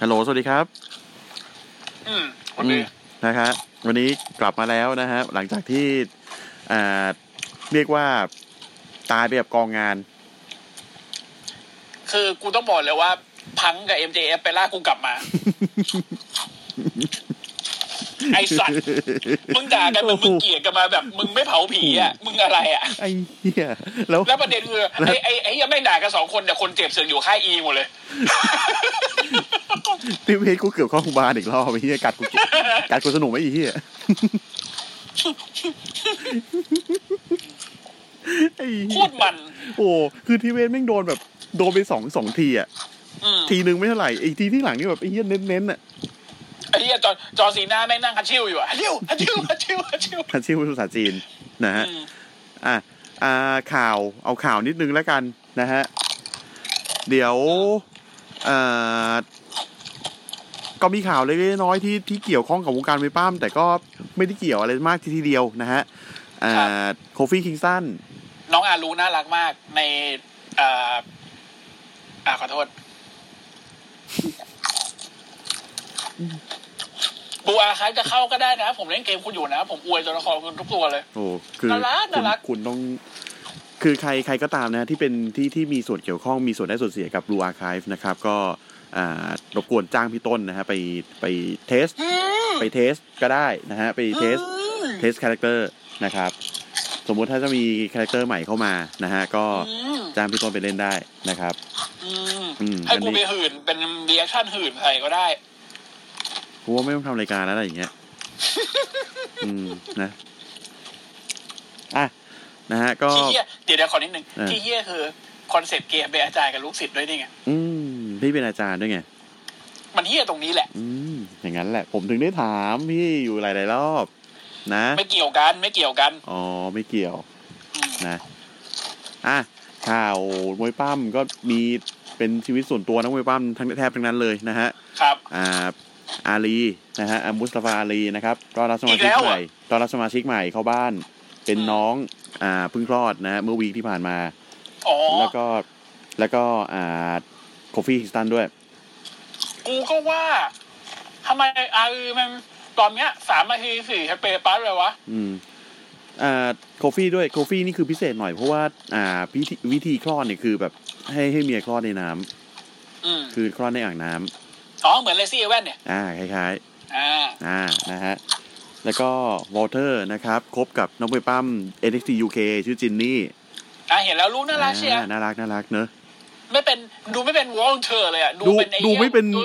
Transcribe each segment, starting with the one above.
ฮัลโหล สวัสดีครับ อืมวันนี้ อืมนะฮะวันนี้กลับมาแล้วนะฮะ หลังจากที่อ่าเรียกว่าตายไปแบบกองงาน คือกูต้องบอกเลยว่า พังกับ MJF ไปลากกูกลับ มา ไอสัตว์ มึงด่ากันเหมือนมึงเกลียดกันมาแบบ มึงไม่เผาผีอ่ะ มึงอะไรอ่ะ ไอ้เหี้ย แล้ว แล้วประเด็นคือไอไอไอยังไม่งด่ากันสองคนแต่คนเจ็บเสือกอยู่ค่ายอีหมดเลย ติวเพจกูเกือบเข้าโรงพยาบาลอีกรอบไอ้เหี้ยกัดกู กัดกูสนุกไหมไอ้เหี้ยไอ้ โค เหี้ย ตรมัน โอ้คือทีเวนแม่งโดนแบบ โดนไปสองสองทีอ่ะ อืม ทีนึงไม่เท่าไหร่ไอ้ทีที่หลังนี่แบบไอ้เหี้ยเน้นๆอ่ะ ไอเหียจอจอสีหน้าแม่งนั่งคัดชิวอยู่อ่ะฮัดชิวฮัดชิวฮัดชิวฮัดชิว ทันชิวภาษาจีนนะฮะ อืม อ่ะอ่าข่าวเอาข่าวนิดนึงแล้วกันนะฮะ เดี๋ยวเอ่อก็มีข่าวเล็กๆน้อยๆที่ที่เกี่ยวข้องกับวงการมวยปล้าม แต่ก็ไม่ได้เกี่ยวอะไรมากทีทีเดียวนะฮะอ่าโคฟี่คิงสัน น้องอารูน่ารักมากในอ่าอ่าขอโทษบูอาคัสจะเข้าก็ได้นะ ผมเล่นเกมคุณอยู่นะ ผมอวยตัวละครคุณทุกตัวเลย โอ้คือ น่ารัก คุณ น่ารัก คุณต้อง คือใครใครก็ตามนะ ที่เป็นที่ที่มีส่วนเกี่ยวข้องมีส่วนได้ส่วนเสียกับ Blue Archive นะครับ ก็อ่ารบกวนจ้างพี่ต้นนะฮะไปไปเทส ไปเทสก็ได้นะฮะไปเทส เทสคาแรคเตอร์นะครับ สมมุติถ้าจะมีคาแรคเตอร์ใหม่เข้ามานะฮะ ก็ อืม จ้างพี่ต้นไปเล่นได้นะครับ อืม อืม ให้ อัน กู นี้ ไปหื่นเป็นเรียกชั่นหื่นใครก็ได้ เพราะว่าไม่ต้องทำรายการแล้วอะไรอย่างเงี้ย อืมนะอ่ะนะฮะ ก็ ที่เฮียเดี๋ยวเดี๋ยวขอนิดนึง เออ ที่เฮียคือคอนเซ็ปต์เกมเป็นอาจารย์กับลูกศิษย์ด้วยนี่ไง อืมพี่เป็นอาจารย์ด้วยไง มันเฮียตรงนี้แหละ อืม อย่างนั้นแหละ ผมถึงได้ถามพี่อยู่หลายๆรอบ นะ ไม่เกี่ยวกันไม่เกี่ยวกัน อ๋อ ไม่เกี่ยว อืม นะ อ่ะ ข่าวมวยปั้มก็มีเป็นชีวิตส่วนตัวนักมวยปั้มทั้งแทบทั้งนั้นเลยนะฮะ ครับ อ่าอาลีนะฮะอ่ามุสตาฟาอาลีนะครับต้อนรับสมาชิ อีก ก แล้ว ให เหรอ ม่ต้อนรับสมาชิกใหม่เข้าบ้าน เป็น อืม น้องอ่าเพิ่งคลอดนะฮะเมื่อวีคที่ผ่านมา อ๋อ แล้วก็แล้วก็อ่าโคฟี่ฮิสตันด้วย กูก็ว่าทำไมอาอือมันตอนเนี้ยสามนาทีสี่สเปรย์ปั๊บเลยวะ อืมอ่าโคฟี่ด้วยโคฟี่นี่คือพิเศษหน่อยเพราะว่าอ่าวิธีวิธีคลอดเนี่ยคือแบบให้ให้เมียคลอดในน้ำ อืม คือคลอดในอ่างน้ำ อ๋อ เหมือนเลซี่เอเว่นเนี่ย อ่าคล้ายๆ อ่า อ่า นะฮะ แล้วก็วอเตอร์นะครับ คบกับน้องมวยปั้ม NXT UK ชื่อจินนี่ อ่าเห็นแล้วรู้น่ารักเชียร์ อ่าน่ารัก น่ารักเนอะ ไม่เป็นดูไม่เป็นวอลเทอร์เลยอ่ะ ดู ดู เป็นไอ้ ดูไม่เป็น ดู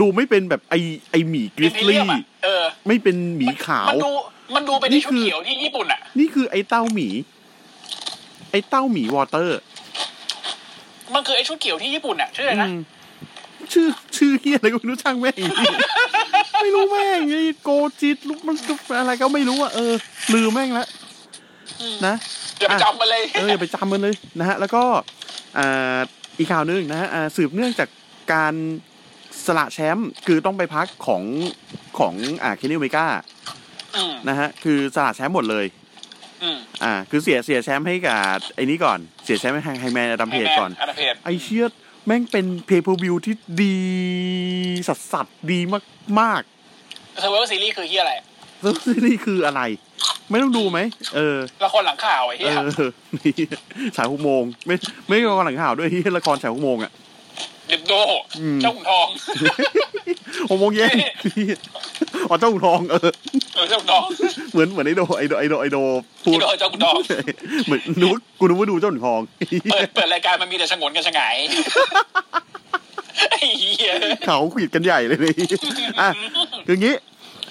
ดูไม่เป็นแบบไอไอหมีกริซเป็นไอ้เรีย ลี่ มอะเออ ไม่เป็นหมีขาว มันดู มันดูเป็นไอ้ นี่ ชุ คื ด อ เขียวที่ญี่ปุ่นอ่ะ นี่คือไอเต้าหมี ไอเต้าหมีวอเตอร์ มันคือไอ้ชุดเขียวที่ญี่ปุ่นอ่ะ ชื่ออะไรนะ อืมชื่อชื่อเฮียอะไรก็ไม่รู้ช่างแม่ง ไม่รู้แม่งไอโกจิตลูกมันอะไรก็ไม่รู้อะเออ ลืมแม่งละ อืม นะ อย่าไป อ่ะ จำมาเลย เอออย่าไปจำมันเลยนะฮะ แล้วก็อ่าอีกข่าวหนึงนะฮะอ่าสืบเนื่องจากการสละแชมป์คือต้องไปพักของของอ่าเคนนี่เมกา อืม นะฮะ คือสละแชมป์หมดเลย อืม อ่า คือเสียเสียแชมป์ให้กับไอ้นี้ก่อน เสียแชมป์ให้ไฮแมนอดัมเพจก่อน ไแมอันดับเพจ ไอเชียดแม่งเป็นเพย์ e พ v ิวที่ดีสัสสัสๆดีมาก เซอร์ไวเวอร์ซีรีส์คือเฮียอะไร ๆแล้วนี่คืออะไร ไม่ต้องดูไหมเออ ละครหลังข่าวไอ้เฮี เอย อนี่ฉายหกโมงไม่ไม่ใช่ละครหลังข่าวด้วยที่ละครฉายหกโมงอ่ะ เด็กโด อืม เจ้าขุนทอง หกโมงเย็นอ๋อเจ้าขุนทองเออ เออเจ้าขุนทอง เหมือนเหมือนไอโดไอโดไอโดไอโดพู ที่ ด โดนเจ้าขุนทอง เหมือนนึกว่ากูนึกว่าดูเจ้าขุนทอง เปิดเปิดรายการมันมีแต่ชะงนกันชะไงาย ไอ้เหี้ย เขาขีดกันใหญ่เลยนี่อ่ะคืองี้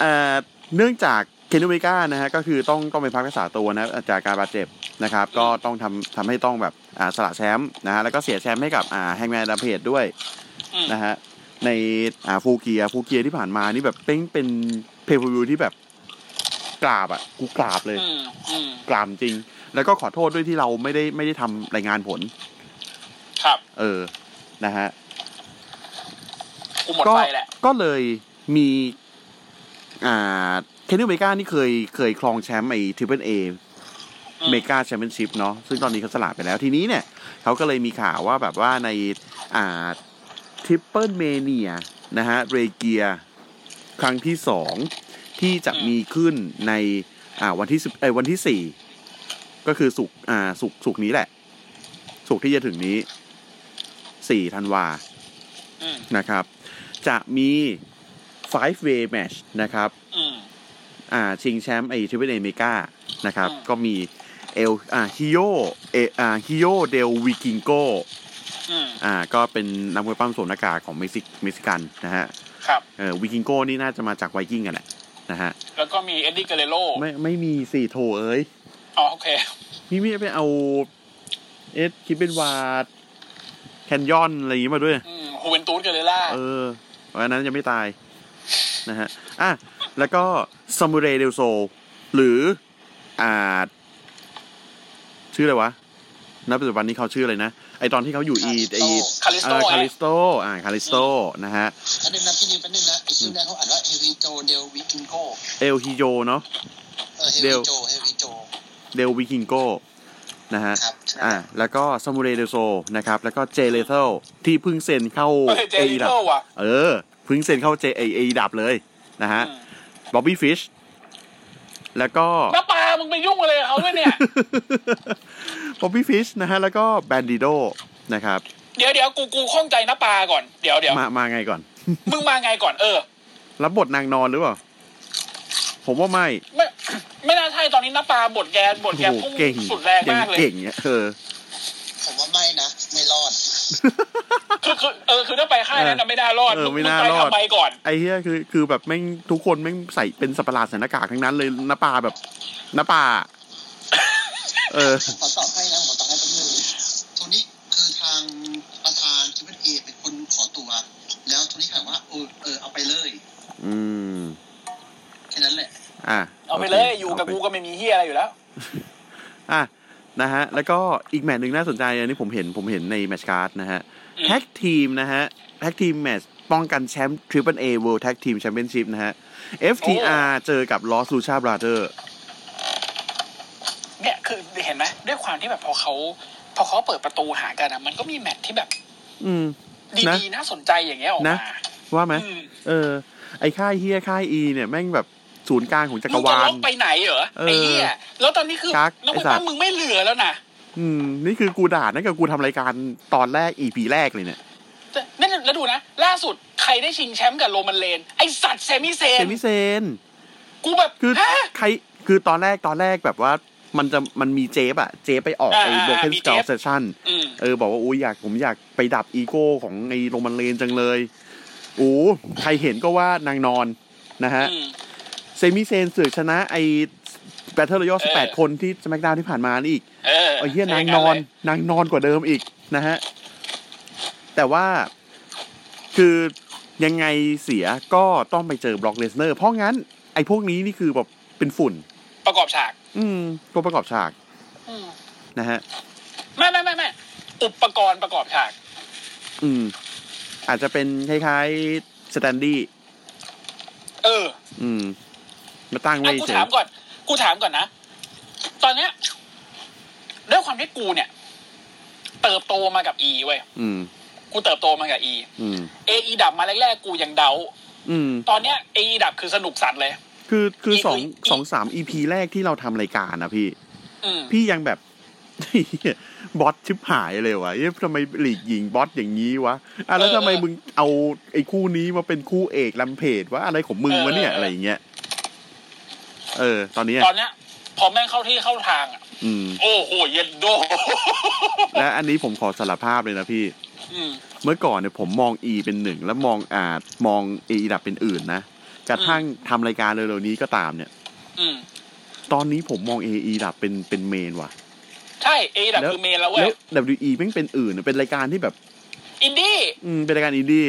อ่าเนื่องจาก เคนเวก้านะฮะก็คือต้องต้องไปพักรักษาตัวนะจากการบาดเจ็บนะครับ ก็ต้องทำทำให้ต้องแบบอ่าสละแชมป์นะฮะแล้วก็เสียแชมป์ให้กับอ่าแฮงแมนดาเพจด้วย อืม นะฮะในอ่าฟูเกียฟูเกียที่ผ่านมานี่แบบเป็นเป็นเพย์วิวที่แบบกราบอ่ะกูกราบเลย อืมอืม กราบจริง แล้วก็ขอโทษด้วยที่เราไม่ได้ไม่ได้ทำรายงานผล ครับ เออนะฮะ กูหมด ก็ ไปแหละ ก็เลยมีอ่าเคนนี่เมกานี่เคยเคยครองแชมป์ไอ้ทริปเปิลเอ อืม เมกาแชมเปี้ยนชิพเนาะซึ่งตอนนี้เขาสละไปแล้วทีนี้เนี่ยเขาก็เลยมีข่าวว่าแบบว่าในอ่าทริปเปิลเมเนียนะฮะเรเกียครั้งที่สองที่จะมีขึ้นในอ่าวันที่สิบเอยวันที่สี่ก็คือสุกร์อ่าสุกร์สุกร์นี้แหละ สุกร์ที่จะถึงนี้สี่ธันวา อืม นะครับ จะมี five way match นะครับ อืม อ่า ชิงแชมป์ไอทริปเปิลเอเมกานะครับ อืม ก็มีเอล อ่าฮิโยเออ่าฮิโยเดลวิกิงโก อืม อ่า ก็เป็นนักมวยปั้มสวมหน้ากากของเม็กซิเม็กซิกันนะฮะ ครับ เออวิกิงโกนี่น่าจะมาจากไวกิ้งกันแหละนะฮะ แล้วก็มีเอ็ดดี้เกเรโร ไม่ ไม่มีสี่โถเอ้ย อ๋อโอเค พี่ไม่ไปเอา เอสคิดเป็นวาดแคนยอน อะไรอย่างงี้มาด้วย อืมฮูเวนตูสเกเรล่า เอออันนั้นยังไม่ตายนะฮะ อ่ะ แล้วก็ซามูเรเดลโซ หรือ อ่า ชื่ออะไรวะ ณ ปัจจุบันนี้เขาชื่ออะไรนะ ไอตอนที่เขาอยู่อีไอ คาลิสโต เออคา ไอ้ ลิสโต อ่า คาลิสโต นะฮะ อันนึงนะพี่นิวเป็นนึงนะไอชื่อแรกเขาอ่านว่าเฮริโจเดลวิกิงโก เอลฮิโยเนาะ เออเฮ เด ริ ล โจเฮริโจ เดลวิคิงโก นะฮะ ครับใช่ไหม อ่า แล้วก็ซามูเรเดลโซ นะครับ แล้วก็เจเลเทลที่เพิ่งเซ็นเข้า เฮ้ยเจ เอ ลิ ดั โต บ ว่ะ เออ เพิ่งเซ็นเข้าเจเอดับเลย นะฮะ อืม บ๊อบบี้ฟิช แล้ว ก็ น้าปลามึงไปยุ่งอะไรกับเขาด้วยเนี่ย บ๊อบบี้ฟิชนะฮะ แล้วก็แบนดิโดนะครับ เดี๋ยวเดี๋ยวกูกูข้องใจน้าปลาก่อน เดี๋ยวเดี๋ยว มามาไงก่อน มึงมาไงก่อนเออ รับบทนางนอนหรือเปล่า ผมว่าไม่ ไม่ ไม่น่าใช่ตอนนี้น้าปลาบทแกบโอ้ทแก โห พุ่ง เก่ง สุดแรง ยัง มากเลย เก่งเนี่ยเออ ผมว่าไม่นะ ไม่รอด คือคือเออคือถ้าไปค่ายนั้นนะไม่น่ารอด เออไม่ ง น่า ไป รอด ทำไมก่อน ไอ้เหี้ยคือคือแบบแม่งทุกคนแม่งใส่เป็นสัตว์ประหลาดใส่หน้ากากทั้งนั้นเลยหน้าปลาแบบหน้าปลาเออ ขอตอบให้นะขอตอบให้แป๊บนึงโทนี่คือทางประธานทีมเอเป็นคนขอตัว แล้วโทนี่ถามว่าเออเออเอาไปเลย อืม แค่นั้นแหละ อ่ะ เอาไปเลยอยู่กับ เาไป กูก็ไม่มีเฮียอะไรอยู่แล้ว อ่ะนะฮะ แล้วก็อีกแมตช์หนึ่งน่าสนใจอันนี้ผมเห็นผมเห็นในแมตช์การ์ดนะฮะ อืม แท็กทีมนะฮะแท็กทีมแมตช์ป้องกันแชมป์ Triple A World Tag Team Championship นะฮะ FTR เจอกับ Lost Lucha Brother เนี่ยคือเห็นไหมด้วยความที่แบบพอเขาพอเขาเปิดประตูหากันอะมันก็มีแมทที่แบบ อืม นะ ดีๆน่าสนใจอย่างเงี้ยออก นะ มา ว่าไหม อืม เออ ไอ้ค่ายเฮียค่ายอีเนี่ย แม่งแบบศูนย์กลางของจัก มึ รง จะ วา ล็ ล อกไปไหนเหรอ เออ ไอ้เหี้ยแล้วตอนนี้คือ กั๊ก น้อง ไอ้ คุณ สัต ป้า ว์ มึงไม่เหลือแล้วนะ อืม นี่คือกูด่านั่นกับกูทำรายการตอนแรก EP แรกเลยเนี่ย แต่นั่นแล้วดูนะ ล่าสุดใครได้ชิงแชมป์กับโรมันเลน ไอสัตว์เซมิเซ เซ น มิเซน กูแบบ คือ ฮะ ใครคือตอนแรกตอนแรกแบบว่ามันจะมันมีเจฟอะเจฟไปออกไอ้ อ่า โบเกน มี ส เจ กา ฟ เซสชั่น อืม เออบอกว่าโอ้ยอยากผมอยากไปดับอีโก้ของไอ้โรมันเลนจังเลยโอ้ใครเห็นก็ว่านางนอนนะฮะ อืม เซมิเซนเสือกชนะไอ้แบทเทิลรอยัล เออ สิบแปดคนที่สมักดาวที่ผ่านมานี่อีก เออ ไอ้เหี้ยนางนอนนางนอนกว่าเดิมอีกนะฮะ แต่ว่าคือยังไงเสียก็ต้องไปเจอบล็อกเลสเนอร์เพราะงั้นไอ้พวกนี้นี่คือแบบเป็นฝุ่น ประกอบฉาก อืมตัวประกอบฉาก อืม นะฮะ ไม่ไม่ไม่ไม่อุปกรณ์ประกอบฉาก อืม อาจจะเป็นคล้ายๆสแตนดี้ เออ อืม มาตั้งไว้ อ่ะกู เฉย ถามก่อน กูถามก่อนนะ ตอนเนี้ยด้วยความที่กูเนี่ย เติบโตมากับอีเว้ย อืม กูเติบโตมากับอี อืม เออีดับมาแรกๆกูยังเดา อืม ตอนเนี้ยเออีดับคือสนุกสัตว์เลย คือคือ อีก สอง อีก สองสามอีพีแรกที่เราทำรายการนะพี่ อืม พี่ยังแบบ เหี้ยบอสชิบหายเลยวะเอ๊ะทำไมหลีกหญิงบอสอย่างนี้วะอ่ะแล้วทำไมมึงเอาไอ้คู่นี้มาเป็นคู่เอกลำเพจวะอะไรของมึงวะเนี่ยอะไรอย่างเงี้ยเออ ตอนเนี้ย ตอนเนี้ย พอแม่งเข้าที่เข้าทางอะ อื ม โอ้โหเย็นโด และอันนี้ผมขอสารภาพเลยนะพี่ อืม เมื่อก่อนเนี่ยผมมอง E เป็นหนึ่งแล้วมองอาจมอง A ดับเป็นอื่นนะกระทั่งทำรายการเร็วๆนี้ก็ตามเนี่ย อืม ตอนนี้ผมมอง AE ดับเป็นเป็นเมนว่ะ ใช่เอดับ แล้ว คือเมนแล้วเว้ แล้ ยว WE แม่งเป็นอื่นอะเป็นรายการที่แบบ อินดี้ อืมเป็นรายการอินดี้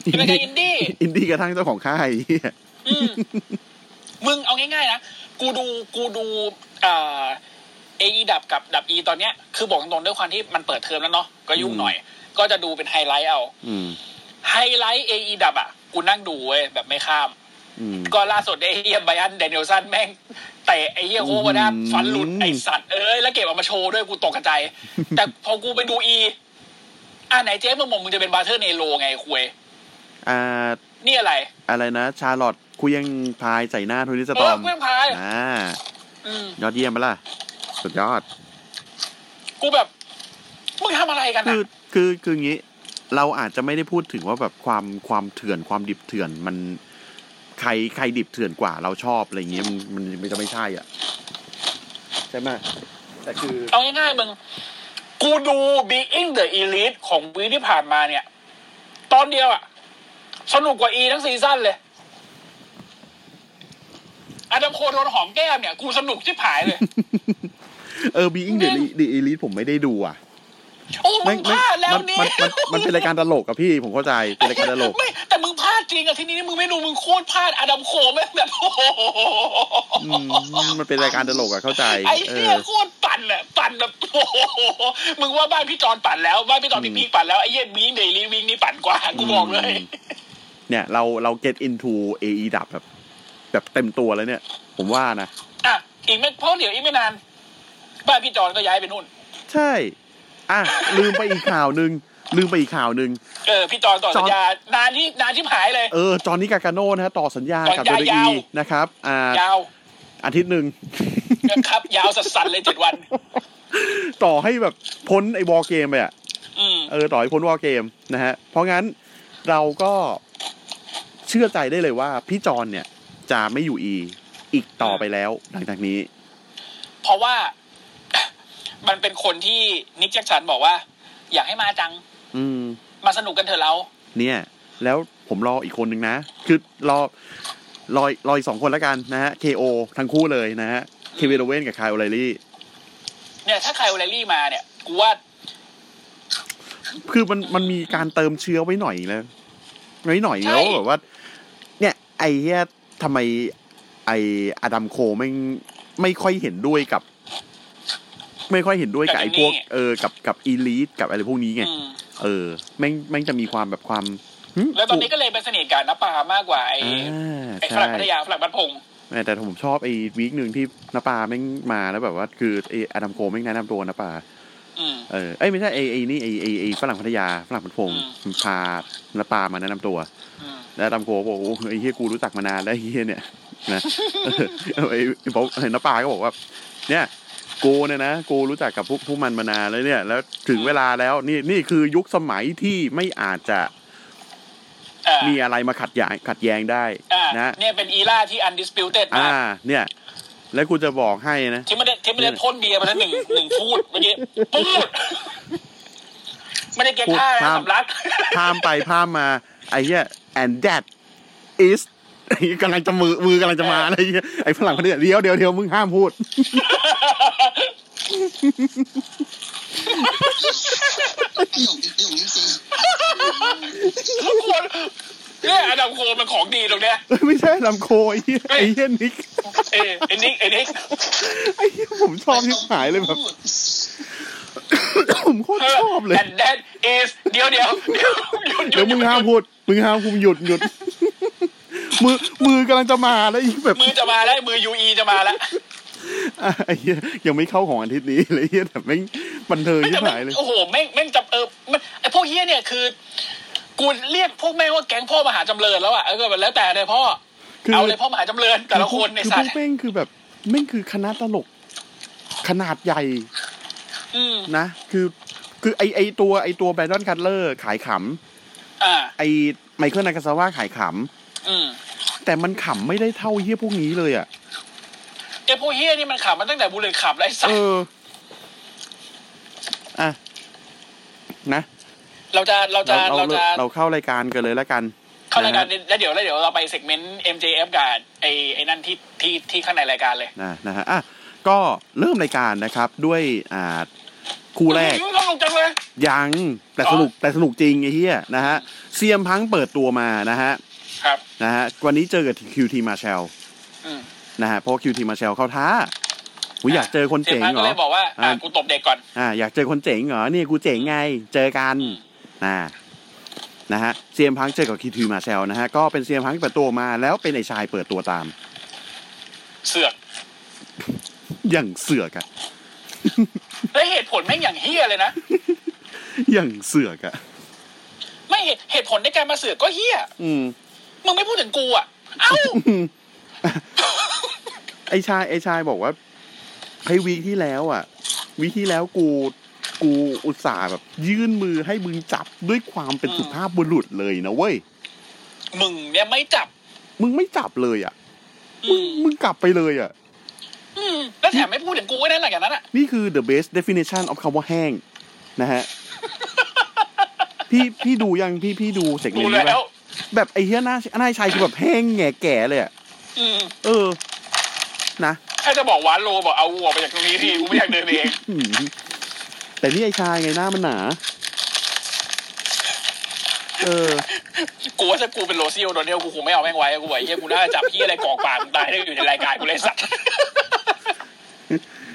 เป็นรายการอินดี้ อินดี้กระทั่งเจ้าของค่ายเหี้ย อืมมึงเอาง่ายๆนะ กูดูกูดูเอ่อเอีดับกับดับอีตอนเนี้ย คือบอกตรงๆด้วยความที่มันเปิดเทอมแล้วเนาะก็ยุ่งหน่อย ก็จะดูเป็นไฮไลท์เอา อืม ไฮไลท์เอีดับอ่ะ กูนั่งดูเว้ยแบบไม่ข้าม อืม ก็ล่าสุดไอ้เฮียไบรอันเดนิเอลสันแม่งเตะไอ้เฮียโอเวอร์ดั อืม ฟันหลุดไอ้สัตว์เอ้ยแล้วเก็บเอามาโชว์ด้วยกูตกใจ แต่พอกูไปดูอีอ่าไหนเจ๊มึงบอกมึงจะเป็นบาร์เทอร์เนโลไงคุย อ่า นี่อะไร อะไรนะ ชาร์ลอตคุยยังพายใส่หน้าโทนี่สตเออ อ ม เพื่อนพาย อ่า อืม ยอดเยี่ยมไหมล่ะ สุดยอด กูแบบมึงทำอะไรกัน คื อะ อคือคืองี้ เราอาจจะไม่ได้พูดถึงว่าแบบความความเถื่อนความดิบเถื่อนมันใครใครดิบเถื่อนกว่าเราชอบอะไรเงี้ยมันมันมันจะไม่ใช่อ่ะ ใช่ไหมแต่คือ เอาง่ายๆมึง กูดู Being the Elite ของวีคที่ผ่านมาเนี่ย ตอนเดียวอะสนุกกว่าอีทั้งซีซั่นเลยอาดัมโคโดนหอมแก้มเนี่ย กูสนุกชิบหาย เลย เออบีอิงเดอะเอลิทผมไม่ได้ดูอ่ะ โอ้มึงพลาดแล้ว มั นี่ มัมันมันเป็นรายการตลกอะพี่ ผมเข้าใจเป็นรายการตลก ไม่แต่มึงพลาดจริงอะทีนี้มึงไม่ดูมึงโคตรพลาดอาดัมโคแม่งแบบโอ้โห อืมมันเป็นรายการตลกอะเข้าใจ ไอ้ เอ เนี้ อ ยโคตรปั่นอะปั่นแบบ โอ้โหมึงว่าบ้านพี่จอนปั่นแล้วบ้านพี่จอนพี่พีคปั่นแล้วไอ้เหี้ย็ดวิ่งเดลี่วิ่งนี่ปั่นกว่ากูบอกเลย เนี่ย เราเรา get into AE ดับแบบ แบบเต็มตัวแล้วเนี่ย ผมว่านะ อ่ะอีกไม่เพราะเดี๋ยวอีกไม่นาน บ้านพี่จอนก็ย้ายไปนู่น ใช่ อ่ะ ลืมไปอีกข่าวหนึ่งลืมไปอีกข่าวหนึ่ง เออพี่จอนต่อ จ สั อน ญญานานที่นานที่หายเลย เออ จอห์นนี่กาการโน่นะฮะ ต่อสัญญากับ สั WWE ญญายาว นะครับ อ่าย าว อาทิตย์หนึ่ง นะครับ ยาวสัสสันเลยเจ็ดวัน ต่อให้แบบพ้นไอ้วอลเกมไปอ่ะ อืม เออ ต่อให้พ้นวอลเกมนะฮะ เพราะงั้นเราก็เชื่อใจได้เลยว่า พี่จอห์นเนี่ย จะไม่อยู่อี อีกต่อไปแล้ว หลังจากนี้ เพราะว่า มันเป็นคนที่นิกแจ็คสันบอกว่า อยากให้มาจัง อืม มาสนุกกันเถอะเรา เนี่ยแล้วผมรออีกคนหนึ่งนะ คือรอรอรออีกสองคนแล้วกันนะฮะ KO ทั้งคู่เลยนะฮะเควินโอเวนกับคายโอไรลี่ เนี่ย ถ้าใครโอเลลี่มาเนี่ย กูว่า คือมันมันมีการเติมเชื้อไว้หน่อยนะไว้หน่อยแล้วแบบว่า เนี่ย ไอ้เนี้ยทำไมไอ้อดัมโคไม่งไม่ค่อยเห็นด้วยกับ ไม่ค่อยเห็นด้วยกับไอ้พวกเออกับกับอีลีทกับอะไรพวกนี้ไง อืม เออแม่งแม่งจะมีความแบบความหึ แล้วตอนนี้ก็เลยเป็นสนิทกันนะปามากกว่าไอ้ อ่า ไอ้ฝ ใช่ รั่งพัทยาฝรั่งบ้านพง แม่แต่ผมชอบไอ้วีคหนึ่งที่นาปาแม่งมาแล้วแบบว่าคือไอ้อดัมโคแม่งแนะนำตัวนาปา อืม เออเอ้ยไม่ใช่ไอ้ไอ้นี่ไอ้ไอ้ไอ้ฝรั่งพัทยาฝรั่งพันพงศ์ อืม พานาปามาแนะนำตัว อืม แล้วอดัมโคบอกโอ้ไอ้เฮียกูรู้จักมานานแล้วไอ้เฮียเนี่ยนะ เออไอ้ไอ้บอกไอ้นาปาก็บอกว่า เนี่ยกูเนี่ยนะกูรู้จักกับพวกพวกมันมานานแล้วเนี่ย แล้วถึงเวลาแล้วนี่นี่คือยุคสมัยที่ไม่อาจจะ อ่า มีอะไรมาขัดแย้งขัดแย้งได้ อ่า นะ เนี่ยเป็นอีล่าที่ undisputed มา อ่า ก เนี่ย แล้วกูจะบอกให้นะ ที่ไม่ได้ที่ไม่ได้พ่นเบียร์มาแล้วหนึ่งหนึ่งพูดเมื่อกี้พูดไม่ได้เก็ตท่าพูดคนะรับ สำลัก พามไปพามมาไอ้เหี้ย and that is ไอ้กำลังจะมือมือกำลังจะมาอะไรเงี้ยไอ้ฝรั่งคนนี้เดี๋ยวเดี๋ยวเดี๋ยวมึงห้ามพูด ประโยคนี้ประโยคนี้จริง ควรเนี่ยอดัมโคมันของดีตรงเนี้ย ไม่ใช่ลำโคไอ้เหี้ยไอ้เหี้ยนิก เออไอ้นิกไอ้นิก ไอ้เหี้ยผมชอบที่หายเลยแบบ พูด ผมโคตรชอบเลย แต่แดนเอสเดี๋ยวเดี๋ยวเดี๋ยวหยุดห เดี๋ ยุ ย ด วมึงห้ามพูด มึงห้ามคุมหยุดห ยุด มือมือกำลังจะมาแล้วอี กแบบ มือจะมาแล้วมือยูอีจะมาแล้ว อ่ะไอ้เหี้ยยังไม่เข้าของอาทิตย์นี้เลยไอ้เหี้ยแต่แม่งบันเทิงที่หายเลย โอ้โหแม่งแม่งจะเออมันไอพวกเฮียเนี่ยคือกูเรียกพวกแม่งว่าแก๊งพ่อมหาจำเริญแล้วอ่ะเออก็แบบแล้วแต่เลยพ่อ คือ เอาเลยพ่อมหาจำเริญแต่ละคนในสัต คือ ว์ พวกแม่งคือแบบแม่งคือคณะตลก ขนาดใหญ่ อืม นะคือคือไอไอตัวไอตัวแบรนดอนคัตเลอร์ขายข อ่า ำไอไมเคิลนากาซาวะขายข อืม ำแต่มันขำไม่ได้เท่าเฮียพวกนี้เลยอ่ะ ไอพวกเฮียนี่มันขับมาตั้งแต่บุรีขับแล้วไอ้สั เอ ตว์ ออ่ะนะ เราจะเราจะ เราเรา เราจะ เราเข้ารายการกันเลยแล้วกัน เข้ารายการ นะฮะ แล้วเดี๋ยวแล้วเดี๋ยวเราไปเซกเมนต์ MJF กับไอ้ไอ้นั่นที่ ที่ที่ข้างในรายการเลย นะนะฮะอ่ะก็เริ่มรายการนะครับด้วยอ่าคู่แรก อื้อสนุกจังเลย ยังแต่ อ๋อ สนุกแต่สนุกจริงไอ้เหี้ยนะฮะเซียมพังเปิดตัวมานะฮะ ครับ นะฮะวันนี้เจอกับคิวทีมาแชล อืม นะฮะเพราะคิวทีมาแชลเข้าท่ากูอยากเจอคนเจ๋ง สียพั เหร ก็ อ เลยบอกว่าอ่ะ อ่า กูตบเด็กก่อน อ่าอยากเจอคนเจ๋งเหรอเนี่ยกูเจ๋งไงเจอกัน อืม นะนะฮะเซียมพังเจอกับคิวทีมาแชลนะฮะก็เป็นเซียมพังเปิดตัวมาแล้วเป็นไอชายเปิดตัวตาม เสือก อย่างเสือกอะ และเหตุผลแม่งอย่างเฮี้ยเลยนะ อย่างเสือกอะ ไม่เหตุเหตุผลในการมาเสือกก็เฮี้ย อืม มึงไม่พูดถึงกูอ่ะ เอ้า ไอชายไอชายบอกว่าไอ้วีคที่แล้วอ่ะ วีคที่แล้วกูกูอุตส่าห์แบบ ยื่นมือให้มึงจับด้วยความเป็น อืม สุภาพบุรุษเลยนะเว้ย มึงเนี่ยไม่จับ มึงไม่จับเลยอ่ะ อืม มึงกลับไปเลยอ่ะ อืมแล้วแถมไม่พูดถึงกูไว้นั่นหลังจากนั้นอ่ะ นี่คือ the best definition of คำว่าแห้ง นะฮะ พี่พี่ดูยังพี่พี่ดูเสก ดู เมน แล้ ต์ ว แบบไอ้เฮียหน้าหน้าไอ้ชายคือแบบแห้งแง่แก่เลยอ่ะ อืม เออ นะ ถ้าจะบอกวานโลบอกเอาวัวไปจากตรงนี้ทีกูไม่อยากเดินเอง อืมแต่นี่ไอ้ชายไงหน้ามันหนา เออ กูว่าถ้ากูเป็นโรซี่โอโดเนลกูคงไม่เอาแม่งไว้อะกูบอกไอ้เฮียกูน่าจะจับพี่อะไรกอกปากมึงตายได้อยู่ในรายการกูเลยสัตว์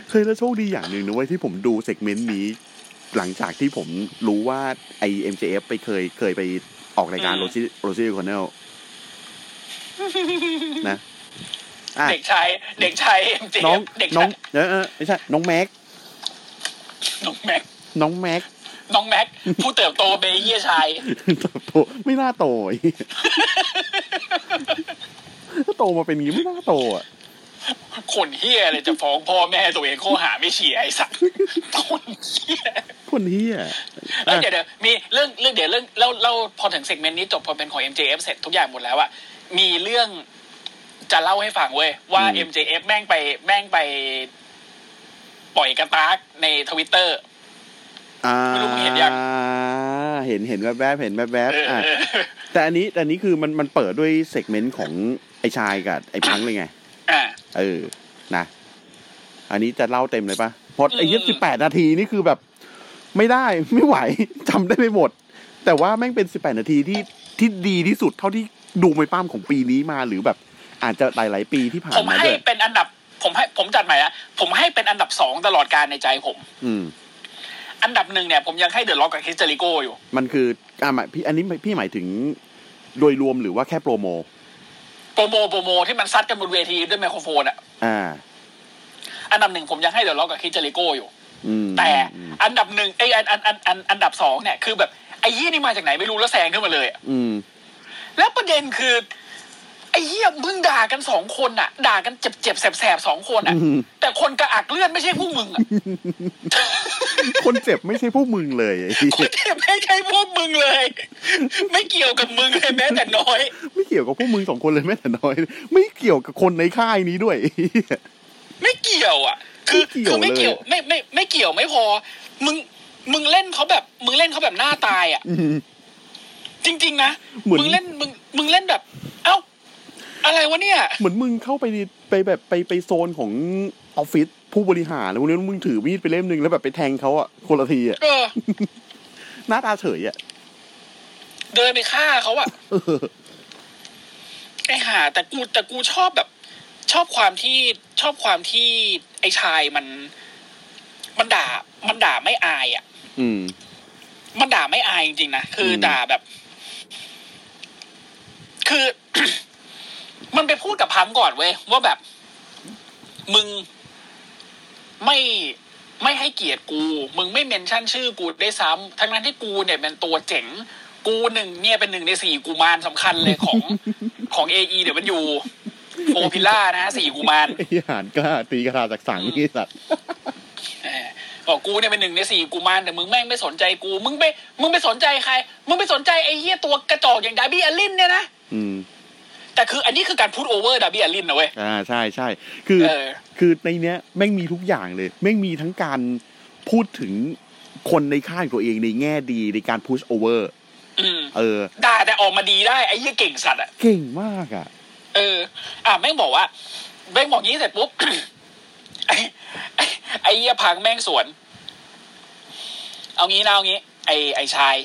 เคยแล้วโชคดีอย่างหนึ่งนะเว้ยที่ผมดูเซกเมนต์นี้ หลังจากที่ผมรู้ว่าไอ MJF ไปเคยเคยไปออกรายการ อืม โรซี่โรซี่คอนเนลนะ อ่ะ เด็กชายเด็กชายเอ็มเจ น้อง เด็ก น้อชาย งเออเออไม่ใช่ น้องแม็ก น้องแม็ก น้องแม็ก น้องแม็กผู้เติบโตเบย์เฮียชาย โต โตไม่น่าโตไอ้ เหี้ยถ้าโตมาเป็นอย่างงี้ไม่น่าโตอ่ะ คนเฮียเลยจะฟ้องพ่อแม่ตัวเองข้อหาไม่เชียร์ไอ้สัตว์คนเฮีย คนเฮีย แล้วเดี๋ยวเดี๋ยวมีเรื่องเรื่องเดี๋ยวเรื่องเล่าเล่าพอถึงเซกเมนต์นี้จบพอเป็นของ MJF เสร็จทุกอย่างหมดแล้วอะมีเรื่องจะเล่าให้ฟังเว้ย ว่า MJF แม่งไปแม่งไป ปล่อยกระตากในทวิตเตอร์ อ่า ไม่รู้มึงเห็นยัง เห็นเห็นแวบๆเห็นแวบๆ เออ อ่ะ เออ แต่อันนี้แต่อันนี้คือมันมันเปิดด้วยเซกเมนต์ของไอชายกับไอพังเลยไง อ่ะ เออนะอันนี้จะเล่าเต็มเลยปะเพราะไอ อืม ยี่สิบแปดนาทีนี่คือแบบ ไม่ได้ ไม่ไหว จำได้ไม่หมด แต่ว่าแม่งเป็นสิบแปดนาทีที่ที่ดีที่สุดเท่าที่ดูมวยป้ามของปีนี้มาหรือแบบ อาจจะหลายๆปีที่ผ่า ผ น ม มา ให้ ด้วย เป็นอันดับ ผมให้ผมจัดใหม่ละผมให้เป็นอันดับสองตลอดการในใจผม อืม อันดับหนึ่งเนี่ยผมยังให้เดอะล็อกกับคริสเตริโกอยู่ มันคืออ่าพี่อันนี้พี่หมายถึงโดยรวมหรือว่าแค่โปรโม โปรโมโปรโมที่มันซัดกันบนเวทีด้วยไมโครโฟนอะ อ่า อันดับหนึ่งผมยังให้เดอะล็อกกับคิดเจริโก้อยู่ อืม แต่ อืม อันดับหนึ่งไอยอันอันอันอันอันดับสองเนี่ยคือแบบไอ้ยี่นี่มาจากไหนไม่รู้แล้วแซงขึ้นมาเลยอะ อืม แล้วประเด็นคือ ไอ้เหี้ยมึงด่ากันสองคนอะด่ากันเจ็บเจ็บแสบแสบๆสองคนอะ อืม แต่คนกระอักเลือดไม่ใช่พวกมึง อะ คนเจ็บไม่ใช่พวกมึงเลยไอ้เหี้ย คนเจ็บไม่ใช่พวกมึงเลย ไม่เกี่ยวกับมึงเลยแม้แต่น้อย ไม่เกี่ยวกับพวกมึงสองคนเลยแม้แต่น้อย ไม่เกี่ยวกับคนในค่ายนี้ด้วย ไม่เกี่ยวอ่ะ คือ ไม่เกี่ยว คือไม่เกี่ยว เลยอะ ไม่ไม่ไม่เกี่ยวไม่พอ มึงมึงเล่นเขาแบบ มึงเล่นเขาแบบหน้าตายอ่ะ อืม จริง ๆ นะ เหมือน มึงเล่นมึงมึงเล่นแบบ เอ้า อะไรวะเนี่ย เหมือนมึงเข้าไปในไปแบบไปไปโซนของออฟฟิศผู้บริหารแล้วพวกนี้มึงถือมีดไปเล่มหนึ่งแล้วแบบไปแทงเขาอ่ะคนละทีอ่ะ เออ หน้าตาเฉยอ่ะ เดินไปฆ่าเขา อ่ะ เออ ไอ้ห่าแต่กูแต่กูชอบแบบ ชอบความที่ชอบความที่ไอ้ชายมัน มันด่า มันด่าไม่อายอ่ะ อืม มันด่าไม่อายจริงๆนะ คืออ ม ด่าแบบ คือ มันไปพูดกับพังก่อนเว้ยว่าแบบ มึงไม่ไม่ให้เกียรติกู มึงไม่เมนชั่นชื่อกูด้วยซ้ำทั้งนั้นที่กูเนี่ยเป็นตัวเจ๋ง กูหนึ่งเนี่ยเป็นหนึ่งในสี่กูมารสำคัญเลยของ ของเอไอเดี๋ยวมันอยู่โฟพิล่านะสี่กูมาร ไอ้เหี้ยหานกล้าตีกระดาษจากสังนี่สัตว์ เออบอกกูเนี่ยเป็นหนึ่งในสี่กูมารแต่มึงแม่งไม่สนใจกู มึงไปมึงไปสนใจใคร มึงไปสนใจไอ้เหี้ยตัวกระจอกอย่างดาร์บี้อลลินเนี่ยนะ อืม แต่คืออันนี้คือการพูดโอเวอร์ดาร์บี้อลลินนะเว้ย อ่าใช่ใช่คือ เออ คือในเนี้ยแม่งมีทุกอย่างเลยแม่งมีทั้งการพูดถึงคนในค่ายตัวเองในแง่ดีในการพุชโอเวอร์ อืม เออ ด่าแต่ออกมาดีได้ไอ้เหี้ยเก่งสัตว์อ่ะ เก่งมากอ่ะ เออ อ่ะแม่งบอกว่า เบ้งบอกงี้เสร็จปุ๊บ ไอ้ไอ้ไอ้เหี้ยพังแม่งสวน เอางี้นะเอางี้ ไอ้ไอ้ชาย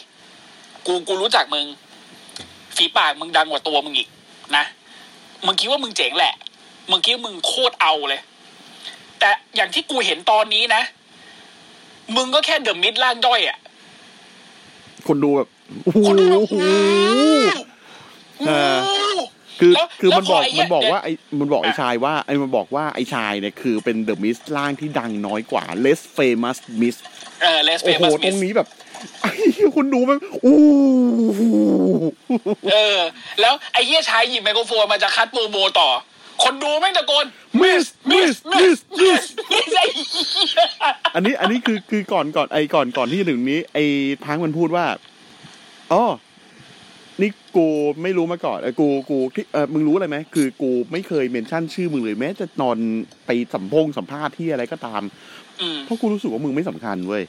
กูกูรู้จักมึง ฝีปากมึงดังกว่าตัวมึงอีกนะ มึงคิดว่ามึงเจ๋งแหละ มึงคิดว่ามึงโคตรเอาเลย แต่อย่างที่กูเห็นตอนนี้นะ มึงก็แค่เดอะมิดล่างด้อยอะ คนดูแบบโอ้โห คนดูแบบ เออ คือ แล้ว คือมันบอก แล้วพอไอ้เนี่มัยนบอกว่าไอ้มันบอกไอ้ อ่ะ ชายว่าไอ้มันบอกว่าไอ้ชายเนี่ยคือเป็นเดอะมิสล่างที่ดังน้อยกว่าเลสเฟมัสมิส เออเลสเป โอ้โห มัส ต มิ ร ส งนี้แบบ ไอ้เหี้ยคนดูมันอู้หู เออ แล้วไอ้เหี้ยชายหยิบไมโครโฟนมาจะคัดโมโมต่อ คนดูแม่งตะโกน Miss Miss Miss Miss มิสไอ้เหี้ย อันนี้อันนี้คือคือก่อนก่อนไอ้ก่อนก่อนที่จะถึงนี้ ไอ้พังมันพูดว่าอ๋อนี่กูไม่รู้มาก่อนเออกูกูที่เออมึงรู้อะไรไหมคือกูไม่เคยเมนชั่นชื่อมึงเลยแม้จะนอนไปสัมพงสัมภาษณ์ที่อะไรก็ตาม อืม เพราะกูรู้สึกว่ามึงไม่สำคัญเว้ย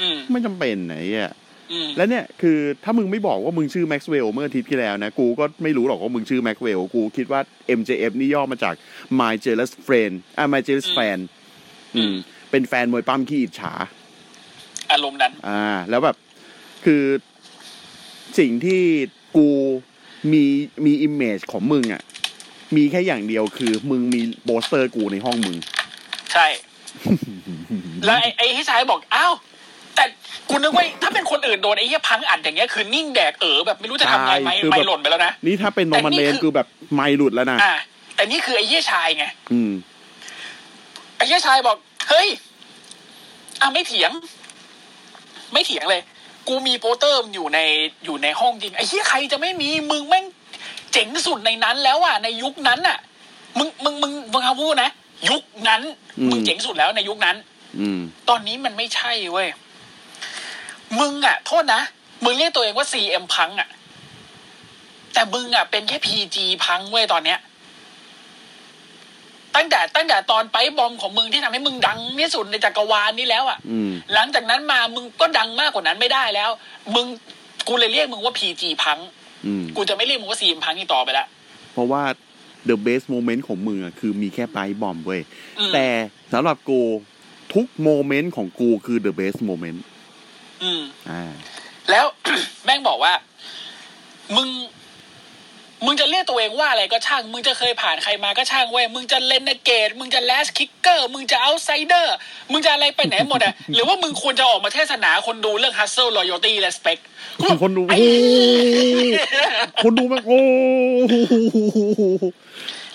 อืม ไม่จำเป็นไหนอ่ะ อืม แล้วเนี่ยคือถ้ามึงไม่บอกว่ามึงชื่อแม็กซ์เวลเมื่ออาทิตย์ที่แล้วนะกูก็ไม่รู้หรอกว่ามึงชื่อแม็กซ์เวลกูคิดว่า MJF นี่ย่อมาจาก My Jealous Friend อ่า My Jealous Fan อืม เป็นแฟนมวยปั้มขี้อิจฉา อารมณ์นั้น อ่า แล้วแบบคือสิ่งที่กูมีมีอิมเมจของมึงอะ่ะ มีแค่อย่างเดียวคือ มึงมีโปสเตอร์กูในห้องมึง ใช่ แล้วไอ้ไอ้ที่ชายบอก อ้าว แต่กูนึกว่าถ้าเป็นคนอื่นโดนไอ้เหี้ยพังอัดอย่างเงี้ยคือนิ่งแดกเออแบบไม่รู้จะทำไงไหม ใช่คือแบบ ไม่หล่นไปแล้วนะ นี่ถ้าเป็นโนมันเลนคือแบบไม่หลุดแล้วนะ อ่า แต่นี่คือไอ้เหี้ยชายไง อืม ไอ้เหี้ยชายบอก เฮ้ย อ่ะไม่เถียง ไม่เถียงเลย กูมีโปสเตอร์มนอยู่ในอยู่ในห้องจริง ไอ้เหี้ยใครจะไม่มี มึงแม่งเจ๋งสุดในนั้นแล้วอ่ะ ในยุคนั้นอ่ะ มึงมึงมึงมึงเอาพูดนะ ยุคนั้น อืม มึงเจ๋งสุดแล้วในยุคนั้น อืม ตอนนี้มันไม่ใช่เว้ย มึงอะโทษนะ มึงเรียกตัวเองว่า CM พังอะแต่มึงอะเป็นแค่ PG พังเว้ยตอนเนี้ย ตั้งแต่ตั้งแต่ตอนไปบอมของมึงที่ทำให้มึงดังที่สุดในจักรวาลนี้แล้วอะ อืม หลังจากนั้นมามึงก็ดังมากกว่านั้นไม่ได้แล้ว มึงกูเลยเรียกมึงว่า PG พัง อืม กูจะไม่เรียกมึงว่า CM พังอีกต่อไปละ เพราะว่า The Best Moment ของมึงอะคือมีแค่ไปบอมเว้ย อืม แต่สำหรับกู ทุกโมเมนต์ของกูคือ The Best Moment อืม อ่า แล้ว แม่งบอกว่า มึง มึงจะเรียกตัวเองว่าอะไรก็ช่าง มึงจะเคยผ่านใครมาก็ช่างเว้ย มึงจะเลนเกต มึงจะแลสคิกเกอร์ มึงจะเอาไซเดอร์ มึงจะอะไรไปไหนหมดอะ หรือว่ามึงควรจะออกมาเทศนาคนดูเรื่องฮัสเซิลรอยตี้และสเปก คนดูโอ้โหคนดูมันโอ้โห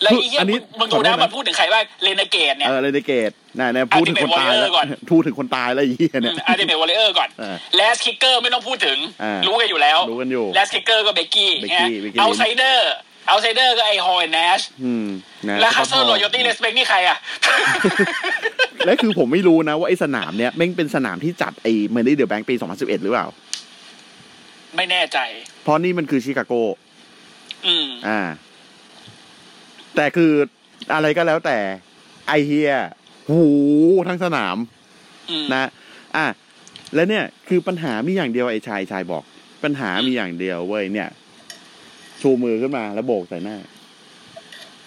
แล้วไอ้เหี้ย อันนี้ มึงมึงดูนะ ขอโทษนะ มันพูดถึงใครบ้างเลนเกตเนี่ย เออเรนเกตนะนะพูดถึงคนตายแล้ว Ultimate Warrior ก่อน พูดถึงคนตายแล้วไอเหียเนี่ย อาร์ติเมทวอลเลอร์ก่อน เออ แลสคิกเกอร์ไม่ต้องพูดถึง เออ รู้กันอยู่แล้ว รู้กันอยู่ แลสคิกเกอร์ก็เบกกี้ Becky Becky เอาไซเดอร์เอาไซเดอร์ก็ไอฮอยแนช อืมนะ แล้วฮัสเซอร์รอยตี้เลสเปกนี่ใครอ่ะ และคือผมไม่รู้นะว่าไอสนามเนี้ยแม่งเป็นสนามที่จัดไอเมอร์ดี้เดอะแบงค์ปี 2011 หรือเปล่า ไม่แน่ใจ เพราะนี่มันคือชิคาโก อืม อ่า แต่คืออะไรก็แล้วแต่ไอเฮียหูทั้งสนาม อืม นะอ่ะแล้วเนี่ยคือปัญหามีอย่างเดียวไอ้ชายชายบอก ปัญหามีอย่างเดียวเว้ยเนี่ย ชูมือขึ้นมาแล้วโบกใส่หน้า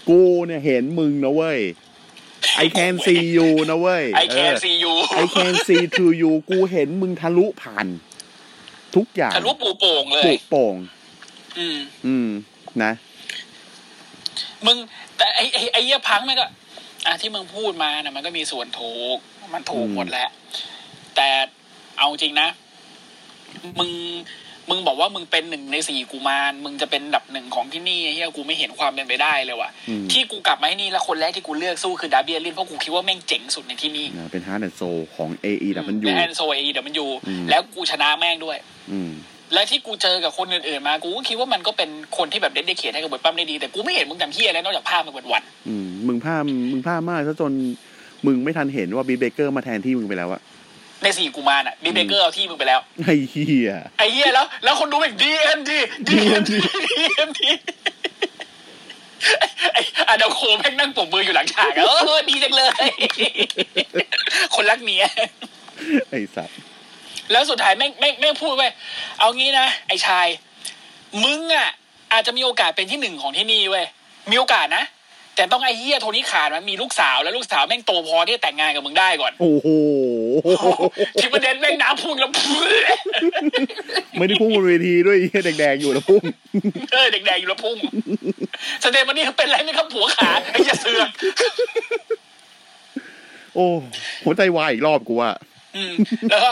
กูเนี่ยเห็นมึงนะเว้ย I can see you นะเว้ย I can see you เออ I can see through you กูเห็นมึงทะลุผ่าน ทุกอย่าง ทะลุปูโป่งเล ปุ ย โป่ง อืม อืม นะ มึง แต่ไอไอไอเยี่ยพังมันก็ อ่ะที่มึงพูดมานะมันก็มีส่วนถูก มันถูก อืม หมดแหละ แต่เอาจริงนะ มึง มึงบอกว่ามึงเป็นหนึ่งในสี่กุมาร มึงจะเป็นอันดับหนึ่งของที่นี่ไอ้เฮียกูไม่เห็นความเป็นไปได้เลยว่ะ อืม ที่กูกลับมาที่นี่แล้วคนแรกที่กูเลือกสู้คือดาเบียลินเพราะกูคิดว่าแม่งเจ๋งสุดในที่นี่ นะเป็น Heart and Soul ของ AE แต่มันอยู่ และแอนโซเอเดี๋ยวมันอยู่ อืม แล้วกูชนะแม่งด้วย อืม และที่กูเจอกับคนอื่นๆมา กูก็คิดว่ามันก็เป็นคนที่แบบเด็ดเดเขียนให้กับบทปั้มได้ดี แต่กูไม่เห็นมึงทำเฮียอะไรนอกจากภาพมันวัน อืม มึงพลาดมึงพลาดมากซะจนมึงไม่ทันเห็นว่าบีเบเกอร์มาแทนที่มึงไปแล้วอะ ๆในสี่กูมารน่ะบีเบเกอร์เอาที่มึงไปแล้ว ไอ้เหี้ย ไอ้เฮียแล้ว แล้วคนดูแบบดีเอ็มดีดีเอ็ม DMD ดีดีเอ็มดีไอ้ อาดาวโคแม่งนั่งปมมืออยู่หลังฉากอะเออดีจังเลย คนรักเมีย ไอ้สัตว์ แล้วสุดท้ายแม่งแม่งแม่งพูดไปเอางี้นะไอ้ชาย มึงอ่ะ อาจจะมีโอกาสเป็นที่หนึ่งของที่นี่เว้ยมีโอกาสนะ แต่ต้องไอ้เฮียโทนี่ขาดมันมีลูกสาวแล้วลูกสาวแม่งโตพอที่จะแต่งงานกับมึงได้ก่อน โอ้โห ทิปเดนแม่งน้ำพุ่งแล้ว ไม่ได้พุ่งบนเวทีด้วยไอ้เหี้ยแดงๆอยู่แล้วพุ่ง เออแดงๆอยู่แล้วพุ่งสเตฟานี่เป็นไรไหมครับผัวขาไอ้เหี้ยเสือก โอ้หัวใจวายอีกรอบกูว่า อืมแล้วก็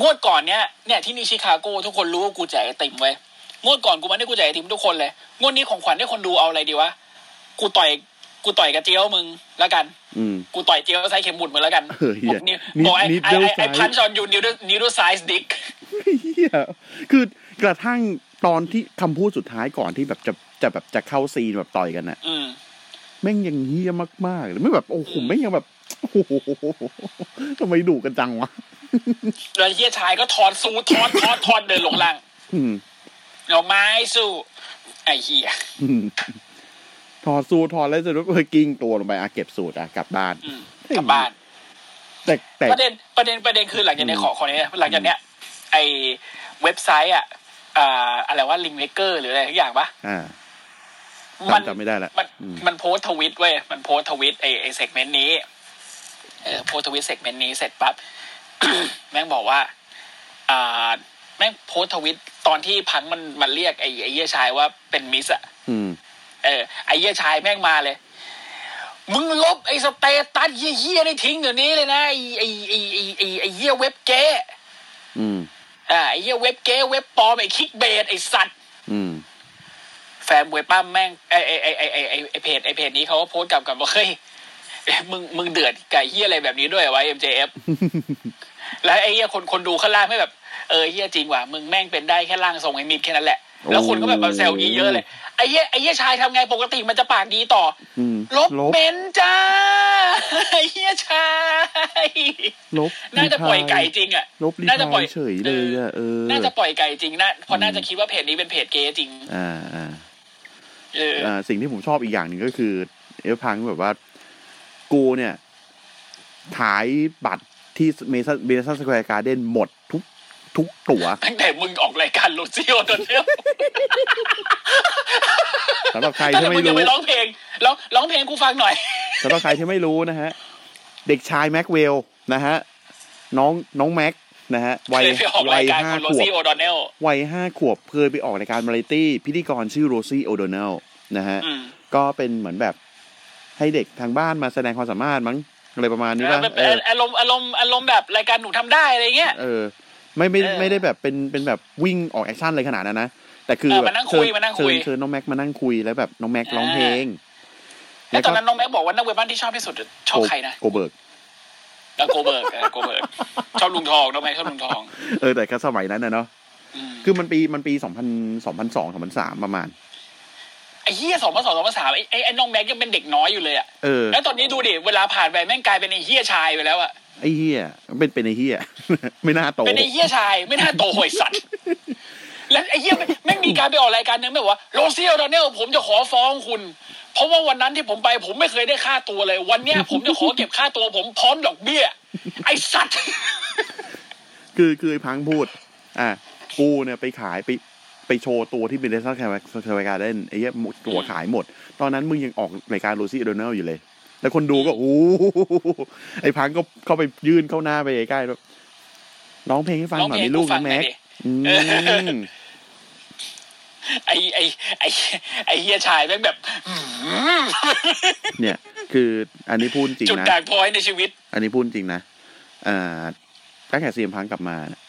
งวดก่อนเนี้ยเนี่ยที่นี่ชิคาโกทุกคนรู้ว่ากูแจกไอติมไว้ยงวดก่อนกูไมันได้กูแจกไอติมทุกคนเลยงวดนี้ของขวัญให้คนดูเอาอะไรดีวะกูต่อยกูต่อยกับเจียวมึงแล้วกัน อืม กูต่อยเจียวใส่เข็มหมุดมึงแล้วกัน เออเหี้ย บอกนิ้ว นิ้ว บอกไอ้ นิ้ว ไอ้ไอ้ size พันชอนยูนิวนิวไซส์ดิก เฮียคือกระทั่งตอนที่คำพูดสุดท้ายก่อนที่แบบจะจะแบบจะเข้าซีนแบบต่อยกันน่ะ อืม แม่งยังเฮียมากๆเลยไม่แบบโอ้โหแม่งยังแบบ โอ้โหทำไมดุกันจังวะ แล้วเฮียชายก็ถอดสูทถอดถอดถอดเดินลงล่าง อืม เอาไม้สู้ไอ้เฮีย อืม ถอดสูทถอดแล้วจะรู้เออกิ้งตัวลงไปอาเก็บสูตรอ่ะกลับบ้าน อืมกลับบ้าน แต่แต่ ประเด็นประเด็นประเด็นคือหลังจากในขอขอเนี้ยหลังจากเนี้ยไอเว็บไซต์อ่ะอ่าอะไรว่าลิงเลเกอร์หรืออะไรทุกอย่างปะ อ่า มั จำจำไม่ได้ละ มัน อืม มันโพสต์ทวิตเว้ยมันโพสต์ทวิตไอไอเซกเมนต์นี้เออโพสต์ทวิตเซกเมนต์นี้เสร็จปั๊บ แม่งบอกว่าอ่าแม่งโพสต์ทวิตตอนที่พังมันมันเรียกไอไอเยี่ยชายว่าเป็นมิสอะ อืม เออไอ้เหี้ยชายแม่งมาเลย มึงลบไอ้สเตตัสเหี้ยๆนี่ทิ้งเดี๋ยวนี้เลยนะไอ้ไอ้ไอ้ไอ้ไอ้ไอ้เหี้ยเว็บเก๊ อืม อ่าไอ้เหี้ยเว็บเก๊เว็บปลอมไอ้คิกเบดไอ้สัตว์ อืม แฟนบวยปั้มแม่งไอ้ไอ้ไอ้ไอ้ไอ้ไอ้ไอ้เพจไอ้เพจนี้เขาก็โพสต์กลับกันว่าเฮ้ย มึงมึงเดือดกับไอ้เหี้ยอะไรแบบนี้ด้วยวะ MJF แล้วไอ้เหี้ยคนคนดูข้างล่างไม่แบบเออเหี้ยจริงว่ะมึงแม่งเป็นได้แค่ร่างทรงไอ้มิดแค่นั้นแหละ แล้วคนก็แบบมาแซวอีเยอะเลยไอ้เหี้ยไอ้เหี้ยชายทำไงปกติมันจะปากดีต่อ อืม ลบเบนจ้า ไอ้เฮียชาย ลบ น่าจะปล่อยไก่จริงอ่ะ ลบรี น่าจะป พา ล่อย ยเฉยเลยอ่ะเออ น่าจะปล่อยไก่จริงนะเพราะน่าจะคิดว่าเพจนี้เป็นเพจเกย์จริง อ่าอ่า เออ อ่าสิ่งที่ผมชอบอีกอย่างหนึ่งก็คือเอฟพังแบบว่ากูเนี่ยขายบัตรที่เมซัเมซัสแควร์การ์เด้นหมดทุกทุกตั๋ว ตั้งแต่มึงออกรายการลูซิโอตอนเนี้ย สำหรับใคร ตั้ง ที่ แต่มึ ไม่ งยัง รู้ ไปร้องเพลงร้องร้องเพลงกูฟังหน่อย สำหรับใครที่ไม่รู้นะฮะ เด็กชายแม็กเวลนะฮะ น้องน้องแม็กนะฮะวัย เคยไปออก วั ราย ยการ ห้า คุณโร ขวบ ซิโอดอนเนล วัยห้าขวบเคยไปออกรายการมาไรตี้ พิธีกรชื่อโรซี่โอโดเนลนะฮะ อืม ก็เป็นเหมือนแบบให้เด็กทางบ้านมาแสดงความสามารถมั้งอะไรประมาณนี้ป่ะ แบบ เออ อารมณ์อารมณ์อารมณ์แบบรายการหนูทำได้อะไรเงี้ย เออไม่ไม่ เออ ไม่ได้แบบเป็นเป็นแบบวิ่งออกแอคชั่นอะไรขนาดนั้นนะแต่คือ เออ แบบ มานั่งคุย เชิญ มานั่งคุย เชิญเชิญน้องแม็กมานั่งคุยแล้วแบบน้องแม็ก อ่า ร้องเพลง แล้วตอนนั้นน้องแม็กบอกว่านักเวทบ้านที่ชอบที่สุดชอบใครนะ โกเบิร์ก แล้วโกเบิร์กเออโกเบิร์กชอบลุงทองน้องแม็กชอบลุงทอง เออแต่ก็สมัยนั้นนะเนาะ อืม คือมันปีมันปีสองพันสองพันสองสองพันสามประมาณ ไอ้เหี้ยสองพันสองสองพันสามไอ้ไอ้ไอ้น้องแม็กยังเป็นเด็กน้อยอยู่เลยอะ เออ แล้วตอนนี้ดูดิ เวลาผ่านไปแม่งกลายเป็นไอ้เหี้ยชายไปแล้วอะ ไอ้เฮียเป็นเป็นไอ้เฮีย ไม่น่าโต เป็นไอ้เหี้ยชายไม่น่าโตหวยสัตว์ แล้วไอ้เหี้ยแม่งแม่งมีการไปออกรายการหนึงแม่งบอกว่าโรเซียลดอนเนลผมจะขอฟ้องคุณ เพราะว่าวันนั้นที่ผมไปผมไม่เคยได้ค่าตัวเลย วันเนี้ยผมจะขอเก็บค่าตัวผมพร้อมดอกเบี้ย ไอ้สัตว์ คือคือไอ้พังพูด อ่ะกูเนี่ยไปขายไปไปโชว์ตัวที่เป็นเดซัสแคร์การเล่นไอ้เหี้ยหมดตัวขายหมด ตอนนั้นมึงยังออกรายการโรซี่โดนัลอยู่เลย แล้วคนดูก็โอ้โหไอ้พังก็เข้าไปยื่นเข้าหน้าไปใกล้ๆแบบร้องเพลงให้ฟังหน่อยมีลูกนะแม็กอืม ไอ้ไอ้ไอ้ไอ้เหี้ยชายแม่งแบบ เนี่ย คืออันนี้พูดจริง จุด นะ ด่างพร้อยในชีวิต อันนี้พูดจริงนะอ่าตั้งแต่ซีมพังกลับมาเนี่ย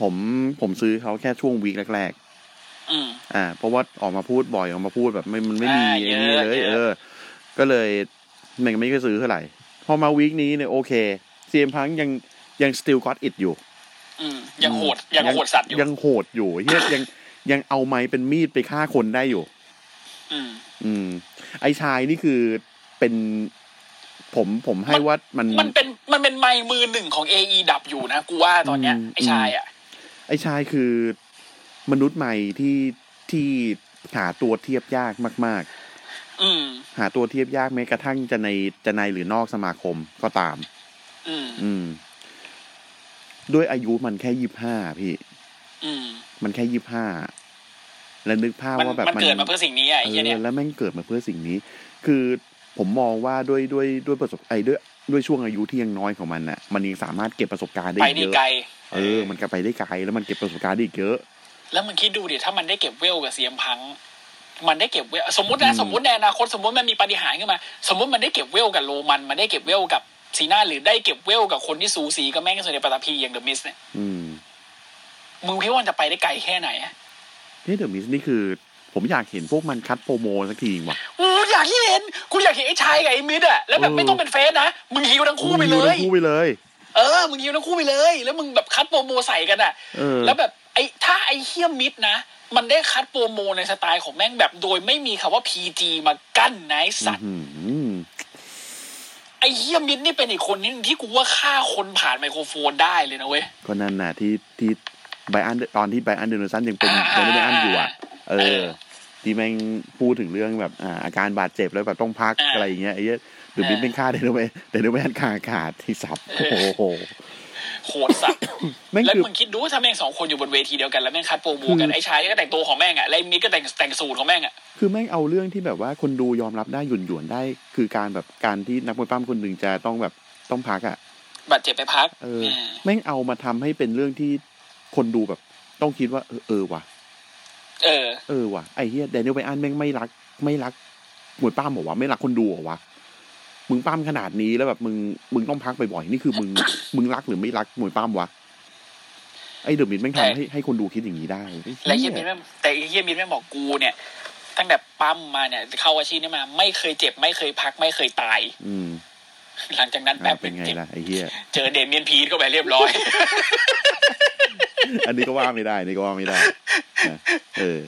ผมผมซื้อเขาแค่ช่วงวีคแรกๆ อืม อ่าเพราะว่าออกมาพูดบ่อยออกมาพูดแบบไม่มันไม่มี อ่า ไอ้นี่ เยอะ เลย เยอะ เออ ก็เลยมันก็ไม่ได้ซื้อเท่าไหร่ พอมาวีคนี้เนี่ยโอเคเซียมพังยังยังสติลก็อตอิดอยู่ อืมยังโหดยังโหดสัตว์อยู่ ยังโหดอยู่เฮียยังยังเอาไม้เป็นมีดไปฆ่าคนได้อยู่ อืม อืม ไอชายนี่คือเป็นผมผมให้ว่ามัน มันเป็นมันเป็นไมค์มือหนึ่งของ AE ดับอยู่นะ กูว่าตอนเนี้ย อืม ไอ้ชายอ่ะ ไอชายคือมนุษย์ใหม่ที่ที่หาตัวเทียบยากมาก ๆ อืม หาตัวเทียบยากแม้กระทั่งจะในจะในหรือนอกสมาคมก็ตาม อืม อืม ด้วยอายุมันแค่ยี่ห้าพี่ อืม มันแค่ยี่ห้าแล้วนึกภาพ มัน ว่าแบบ มันเกิดมาเพื่อสิ่งนี้อ่ะไอ้เหี้ยเนี่ย แล้วแม่งเกิดมาเพื่อสิ่งนี้ คือ ผมมองว่าด้วยด้วยด้วยประสบไอ้ด้วยด้วยช่วงอายุที่ยังน้อยของมันน่ะ มันยังสามารถเก็บประสบการณ์ได้ ไป อีก ดี เยอะ ไกล เออมันก็ไปได้ไกลแล้วมันเก็บประสบการณ์ได้อีกเยอะ แล้วมึงคิดดูดิถ้ามันได้เก็บเวลกับเซียมพัง มันได้เก็บเวลสมมตินะ อืม สมมติในอนาคตสมมติมันมีปาฏิหารย์ขึ้นมา สมมติมันได้เก็บเวลกับโรมันมันได้เก็บเวลกับซีน่าหรือได้เก็บเวลกับคนที่สูสีกับแม่งที่สุดในปฐพีอย่างเดอะมิสเนี่ย อืม มึงคิดว่ามันจะไปได้ไกลแค่ไหนอะ นี่เดอะมิสนี่คือ ผมอยากเห็นพวกมันคัดโปรโมสักทีว่ะ กูอยากเห็นกูอยากเห็นไอ้ชายกับไอ้มิดอะแล้วแบบ เออ ไม่ต้องเป็นเฟสนะมึงฮิวทั้งคู่ไปเล ดู ย ทั้งคู่ไปเลย เออมึงฮิวทั้งคู่ไปเลย แล้วมึงแบบคัดโปรโมใส่กันอะ เออ แล้วแบบไอ้ถ้าไอ้เฮี้ยมิดนะ มันได้คัดโปรโมในสไตล์ของแม่งแบบโดยไม่มีคำว่า PG มากั้นนะไอ้สัตว อื้อหือ ไอ้เฮียมินนี่เป็นอีกคนนึงที่กูว่าฆ่าคนผ่านไมโครโฟนได้เลยนะเว้ย ก็นั่นน่ะที่ที่ไบอันตอนที่ไบอันเดอร์สันยังเป็น อ่า ยังไม่ไบอันอยู่อ่ะ เอ เอ อ อ ที่แม่งพูดถึงเรื่องแบบอ่าอาการบาดเจ็บแล้วแบบต้องพัก อ่า อะไรอย่างเงี้ยไอ้เหี้ยเดอะมิส อ่า เป็นฆ่าเดนเวเดนเวอันคาอากาศที่สับ เอ โอ้ อ โห โหดสั ตว์ แม่ง แล้ว คือ มึงคิดดูว่าถ้าแม่งสองคนอยู่บนเวทีเดียวกันแล้วแม่งคัดโปรโมกั คื น อ ไอ้ชายก็แต่งตัวของแม่งอ่ะแล้วไอ้มินก็แต่งแต่งสูตรของแม่งอ่ะ คือแม่งเอาเรื่องที่แบบว่าคนดูยอมรับได้หยุ่นหยวนๆได้ คือการแบบการที่นักมวยปั้มคนหนึ่งจะต้องแบบต้องพักอ่ะ บาดเจ็บไปพัก เออ แม่งเอามาทำให้เป็นเรื่องที่คนดูแบบ ต้องคิดว่า เออเออว่ะ เออ เออว่ะไอ้เฮียแดเนียลไบอันแม่งไม่รัก ไม่รักมวยป้ามเหรอวะไม่รักคนดูเหรอวะมึงป้ามขนาดนี้แล้วแบบมึงมึงต้องพักบ่อยๆนี่คือมึง มึงรักหรือไม่รักมวยป้ามวะไอ้เดอะมินแม่ง ใช่ ทำให้ให้คนดูคิดอย่างนี้ได้ไอ้เหี้ย และเฮียมินแม่งแต่ไอ้เฮียมินแม่งบอกกูเนี่ย ตั้งแต่ปั๊มมาเนี่ยเข้าอาชีพนี้มา ไม่เคยเจ็บไม่เคยพักไม่เคยตาย อืม หลังจากนั้น อ่ะ แป๊บ เป็นไง เจ็บ ล่ะไอ้เฮีย เจอเดเมียนพีทเข้าไปเรียบร้อย อันนี้ก็ว่าไม่ได้อันนี่ก็ว่าไม่ได้นะเออ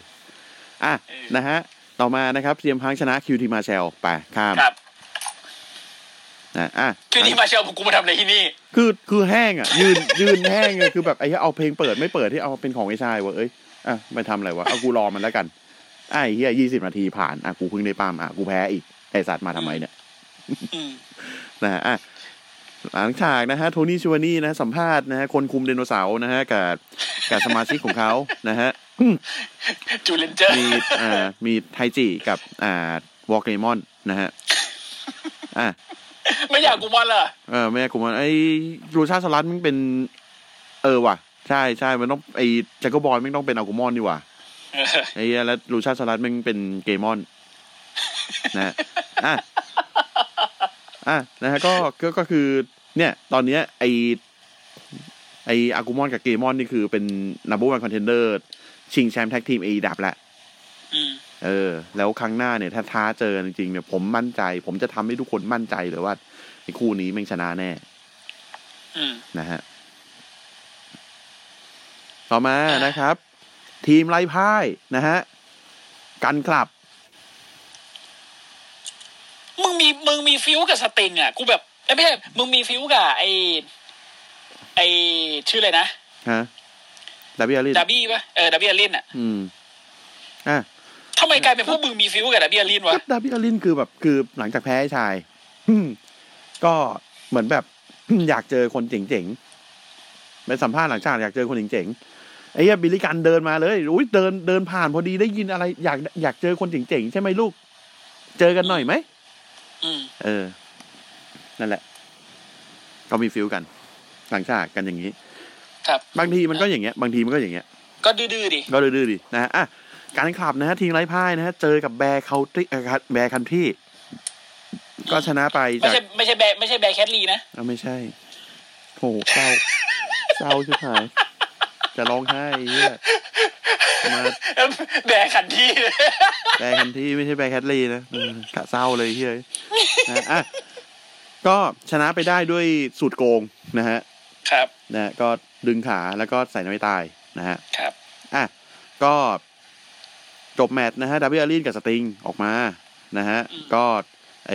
อ่ะนะฮะ ต่อมานะครับเตรียมพังชนะคิวทีมาแชลไปข้าม ครับ นะอ่ะ คือที่มาเชลผมกูมาทำอะไรที่นี่ คือคือแห้งอ่ะ ยืนยืนแห้งเลยคือแบบไอ้เหี้ยเอาเพลงเปิดไม่เปิดที่เอาเป็นของไอ้ชายเวะเอ้ยอ่ะไม่ทำอะไรวะเอากูรอมันแล้วกันไอ้เฮียยี่สิบนาทีผ่านอ่ะกูเพิ่งได้ปั้มอ่ะกูแพ้อีกไอ้สัตว์มาทำไมเนี่ย อืม นะฮะอ่ะหลังจากนะฮะโทนี่ชิวานี่นะสัมภาษณ์นะฮะคนคุมไดโนเสาร์นะฮะกับกับสมาชิกของเขานะฮะ จูเลนเจอร์ มีอ่ามีไทจิกับอ่าวอลเกมอนนะฮะอ่ะ ไม่อยากกูมันเหรอ เออแม่กูมันไอ้รูชาสลัดมันเป็น เออว่ะ ใช่ใช่มันต้องไอ้แจ็คเกอร์บอยมันต้องเป็นอัลกูมอนดีกว่า เออ ไอ้เหี้ยแล้วรูชาสลัดมันเป็นเกมอน นะอ่ะอ่ะนะฮะก็ก็ก็คือ เนี่ย ตอนเนี้ยไอ้ไอ้อากูมอนกับเกมอนนี่คือเป็นนับเบิลวันคอนเทนเดอร์ชิงแชมป์แท็กทีมเอดับแหละ อืม เออ แล้วครั้งหน้าเนี่ย ถ้าท้าเจอจริงๆเนี่ยผมมั่นใจ ผมจะทำให้ทุกคนมั่นใจเลยว่าไอ้คู่นี้แม่งชนะแน่ อืม นะฮะ ต่อมานะครับ ทีมไร้พ่ายนะฮะ กันกลับ มึงมีมึงมีฟิวกับสติงอ่ะ กูแบบเอ้ยไม่ใช่มึงมีฟิวกับไอไอชื่ออะไรนะ ฮะดับเบิลลิน ดับบี้ปะเออดับบี้อารินอ่ะ อืม อ่ะ ทำไมกลายเป็นพวกมึงมีฟิวกับดับบี้อารินวะ ก็ดับเบิลลินคือแบบคือหลังจากแพ้ไอ้ชายอืมก็เหมือนแบบ อยากเจอคนเจ๋งๆไปสัมภาษณ์หลังจากอยากเจอคนเจ๋งๆไอ้เหี้ยบิลลิกันเดินมาเลยอุ้ยเดินเดินผ่านพอดีได้ยินอะไร อยากอยากเจอคนเจ๋งๆใช่ไหมลูก เจอกันหน่อยไหม อืม เออ นั่นแหละ ก็มีฟิลกัน หลังฉากกันอย่างนี้ ครับ บางทีมันก็อย่างเงี้ย บางทีมันก็อย่างเงี้ย ก็ดื้อๆดิ ก็ดื้อๆดีนะฮะอ่ะ การขับนะฮะทีมไร้พ่ายนะฮะ เจอกับแบร์เคาน์ตี้เอ่อแบร์คันที่ ก็ชนะไป ไม่ จาก ใช่ไม่ใช่แบร์ไม่ใช่แบร์แคทลีนะ เอาไม่ใช่ โหเศร้า เศร้าชิบหาย จะร้องไห้ไอ้เฮียมา แบร์คันที่ แบร์คันที่ไม่ใช่แบร์แคทลีนะเออกะเศร้าเลยไอ้เฮียนะอ่ะ ก็ชนะไปได้ด้วยสูตรโกงนะฮะ ครับ นะฮะก็ดึงขาแล้วก็ใส่น้ำไม่ตายนะฮะ ครับ อ่ะ ก็ จบแมตช์นะฮะดับเบิลอารีนกับสติงออกมานะฮะ อืม ก็ไอ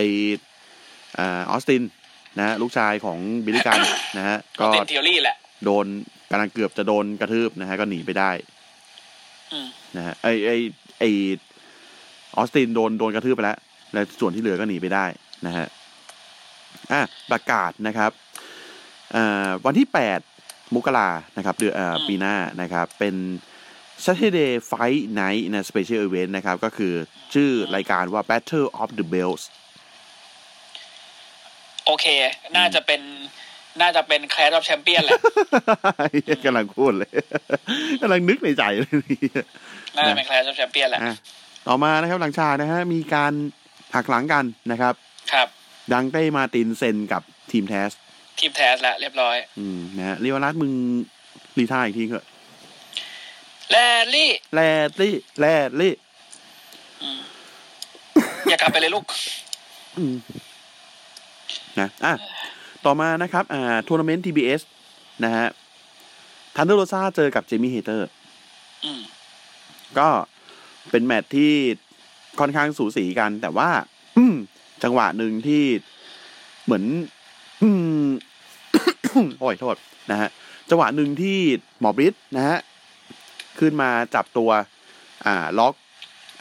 อ่าออสตินนะฮะลูกชายของบิลลี่กัน นะฮะ ก็ ก็ เป็นเทอรี่แหละ โดนกำลังเกือบจะโดนกระทืบนะฮะ ก็หนีไปได้ อืม นะฮะไอไอไอออสตินโดนโดนกระทืบไปแล้ว แล้วส่วนที่เหลือก็หนีไปได้นะฮะอ่ะประกาศนะครับอ่าวันที่ 8 มกรานะครับเดือนเอ่อ อืม ปีหน้านะครับ เป็น Saturday Fight Night นะ Special Event นะครับ ก็คือชื่อรายการว่า Battle of the Bells โอเค น่าจะเป็น น่าจะเป็นแคลร์รับแชมเปี้ยนแหละ กำลังพูดเลยกำลังนึกในใจเลยเนี่ย น่าจะเป็นแคลร์รับแชมเปี้ยนแหละ อ่ะต่อมานะครับหลังชากนะฮะมีการหักหลังกันนะครับ ครับ ดังเต้มาร์ตินเซ็นกับทีมแทส ทีมแทสละเรียบร้อย อืมนะฮะลิวารัตมึงรีท่าอีกทีเถอะ แลลี่ แลลี่แลลี่ อย่ากลับไปเลยลูก อืมนะอ่ะต่อมานะครับ อ่าทัวร์นาเมนต์ TBS นะฮะทันเดอร์โรซาเจอกับเจมี่เฮเตอร์ อืม ก็เป็นแมตช์ที่ค่อนข้างสูสีกัน แต่ว่า อืมจังหวะหนึ่งที่เหมือน อืม โอ้ยโทษนะฮะ จังหวะหนึ่งที่หมอบริสนะฮะ ขึ้นมาจับตัว อ่า ล็อก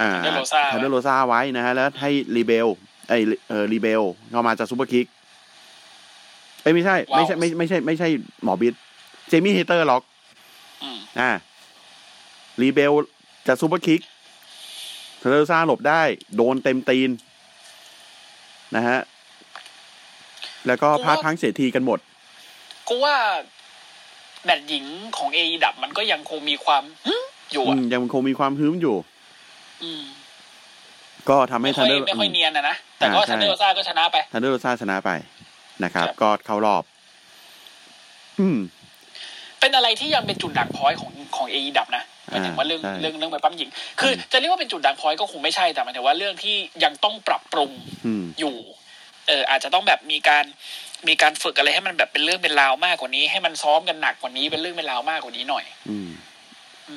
อ่า Thunder Rosa นเดอร์โรซาไว้นะฮะ แล้วให้รีเบลไอยเออรีเบลเข้ามาจากซูเปอร์คิกเอ้ยไม่ใช่ ไม่ใช่ ไม่ไม่ใช่ ไม่ใช่หมอบริสเจมี่เฮเตอร์ล็อก อืม อ่ารีเบลจะซูเปอร์คิกเทเลซ่าหลบได้ โดนเต็มตีน นะฮะ แล้วก็พลาดพลั้งเสียทีกันหมด กูว่าแบตหญิงของเอดับมันก็ยังคงมีความหึอยู่ อื อ่ะ มยังคงมีความฮึ้มอยู่ อืม ก็ทำให้ ไม่ค่ ทั อน ย เดอร์ ไม่ค่อยเนียนนะนะ แต่ก็ อ่าใช่ ทันเดอร์โรซ่าก็ชนะไป ทันเดอร์โรซ่าชนะไปนะครับ ครับ ก็เข้ารอบ อืม เป็นอะไรที่ยังเป็นจุดด่างพร้อยของของเอดับนะหมายถึงว่าเรื่อง อ่าใช่ เรื่องเรื่องไปปั๊มหญิง คือจะเรียกว่าเป็นจุดด่างพร้อยก็คงไม่ใช่แต่หมายถึงว่าเรื่องที่ยังต้องปรับปรุง อืม อยู่ เอออาจจะต้องแบบมีการมีการฝึกอะไรให้มันแบบเป็นเรื่องเป็นราวมากกว่านี้ ให้มันซ้อมกันหนักกว่านี้เป็นเรื่องเป็นราวมากกว่านี้หน่อย อืม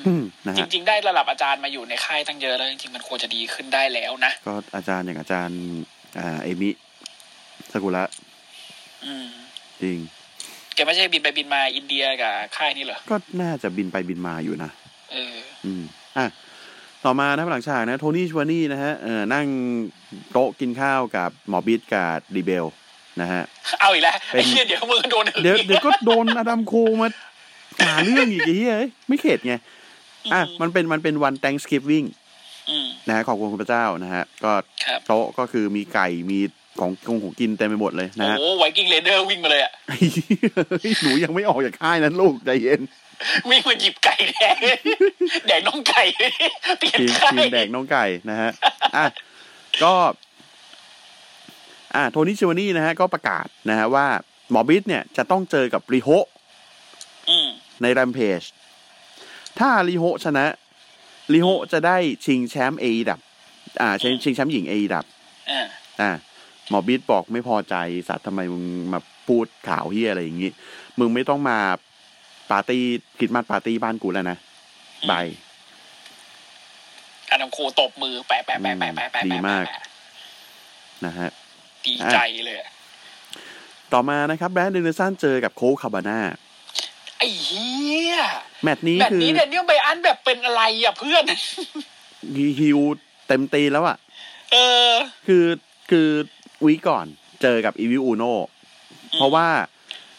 อืม นะ จ ฮะ ริง ๆ ได้ระดับอาจารย์มาอยู่ในค่ายตั้งเยอะแล้วจริงๆมันควรจะดีขึ้นได้แล้วนะ ก็อาจารย์อย่างอาจารย์ อ่า เอมิสกุระ อืม จริง แกไม่ใช่บินไปบินมาอินเดียกับค่ายนี่เหรอ ก็น่าจะบินไปบินมาอยู่นะ เออ อืมอ่ะต่อมานะครับหลังฉากนะโทนี่ชวานี่นะฮะเออนั่งโต๊ะกินข้าวกับหมอบิทกับดีเบลนะฮะ เอาอีกแล้ว เป็น ไอ้เหี้ยเดี๋ยวมือโดน เดี๋ยว อีก เดี๋ยวก็โดนอดัมโคมาหาเรื่องอีกไอ้เหี้ยเอ้ยไม่เข็ดไง อ่ะ มันเป็นมันเป็นวัน Thanksgiving อืม นะฮะขอบคุณคุณพระเจ้านะฮะ ก็ ครับ โต๊ะก็คือมีไก่มีของกงของกินเต็มไปหมดเลยนะ โอ้ ฮะ โหไวกิ้งเรเดอร์วิ่งมาเลยอ่ะ ไอ้เหี้ยเฮ้ยหนูยังไม่ออกจากค่ายนั้นลูกใจเย็น วิ่งมาหยิบไก่แด งแดงน้องไก่ เปลี่ยน ทีม ค่า ที ย มแดกน้องไก่นะฮะอ่ะก็ อ่าโทนี่ชิวานี่นะฮะก็ประกาศนะฮะว่าหมอบิทเนี่ยจะต้องเจอกับริโฮะ อืม ในแรมเพจถ้าริโฮะชนะริโฮะจะได้ชิงแชมป์เอดับ อ่าชิงชิงแชมป์หญิงเอดับ อ่า อ่าหมอบิทบอกไม่พอใจสัตว์ทำไมมึงมาพูดข่าวเฮียอะไรอย่างงี้ มึงไม่ต้องมาปาร์ตี้คริดมาสปาร์ตี้บ้านกูแล้วนะบาย อันน้ำโคตบมือแปะแปะแปะแปะแปะแปะ ดีมาก แปะแปะ นะฮะ ดีใจเลยอะ ต่อมานะครับแบรนด์เดนเนอร์สันเจอกับโคคาบาน่า ไอ้เหี้ย แมตช์นี้ แบบ คือ นี้แดเนียลไบอันแบบเป็นอะไรอ่ะเพื่อน ฮิวเต็มตีแล้วอะ เออ คือคือวีคก่อนเจอกับอีวิอูโนเพราะว่า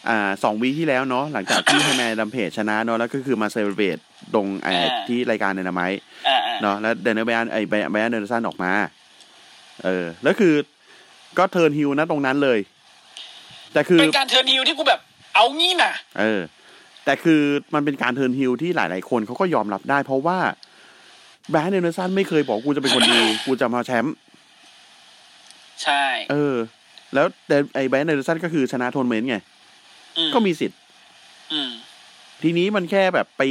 อ่าสองวีคที่แล้วเนาะหลังจากที่ ไฮแมนดัมเพจชนะเนาะแล้วก็คือมาเซเลบรตตรงไอ้ อ่า ที่รายการเดนามาย อ่าอ่า เนาะแล้วเดนเนอร์แบนไอ้แบนเดนเนอร์สันออกมา เออ แล้วคือก็เทิร์นฮิลนะตรงนั้นเลย แต่คือ เป็นการเทิร์นฮิลที่กูแบบ เอางี้น่ะ เออ แต่คือมันเป็นการเทิร์นฮิลที่หลาย ๆ คนเขาก็ยอมรับได้ เพราะว่าแบรนด์เดนเนอร์สันไม่เคยบอกกูจะเป็นคนดีกูจะมาแชมป์ ใช่ เออ แล้วแต่ไอ้แบรนด์เดนเดอร์สันก็คือชนะโทนเมนต์ไง อืม ก็มีสิทธิ์ อืม ทีนี้มันแค่แบบไป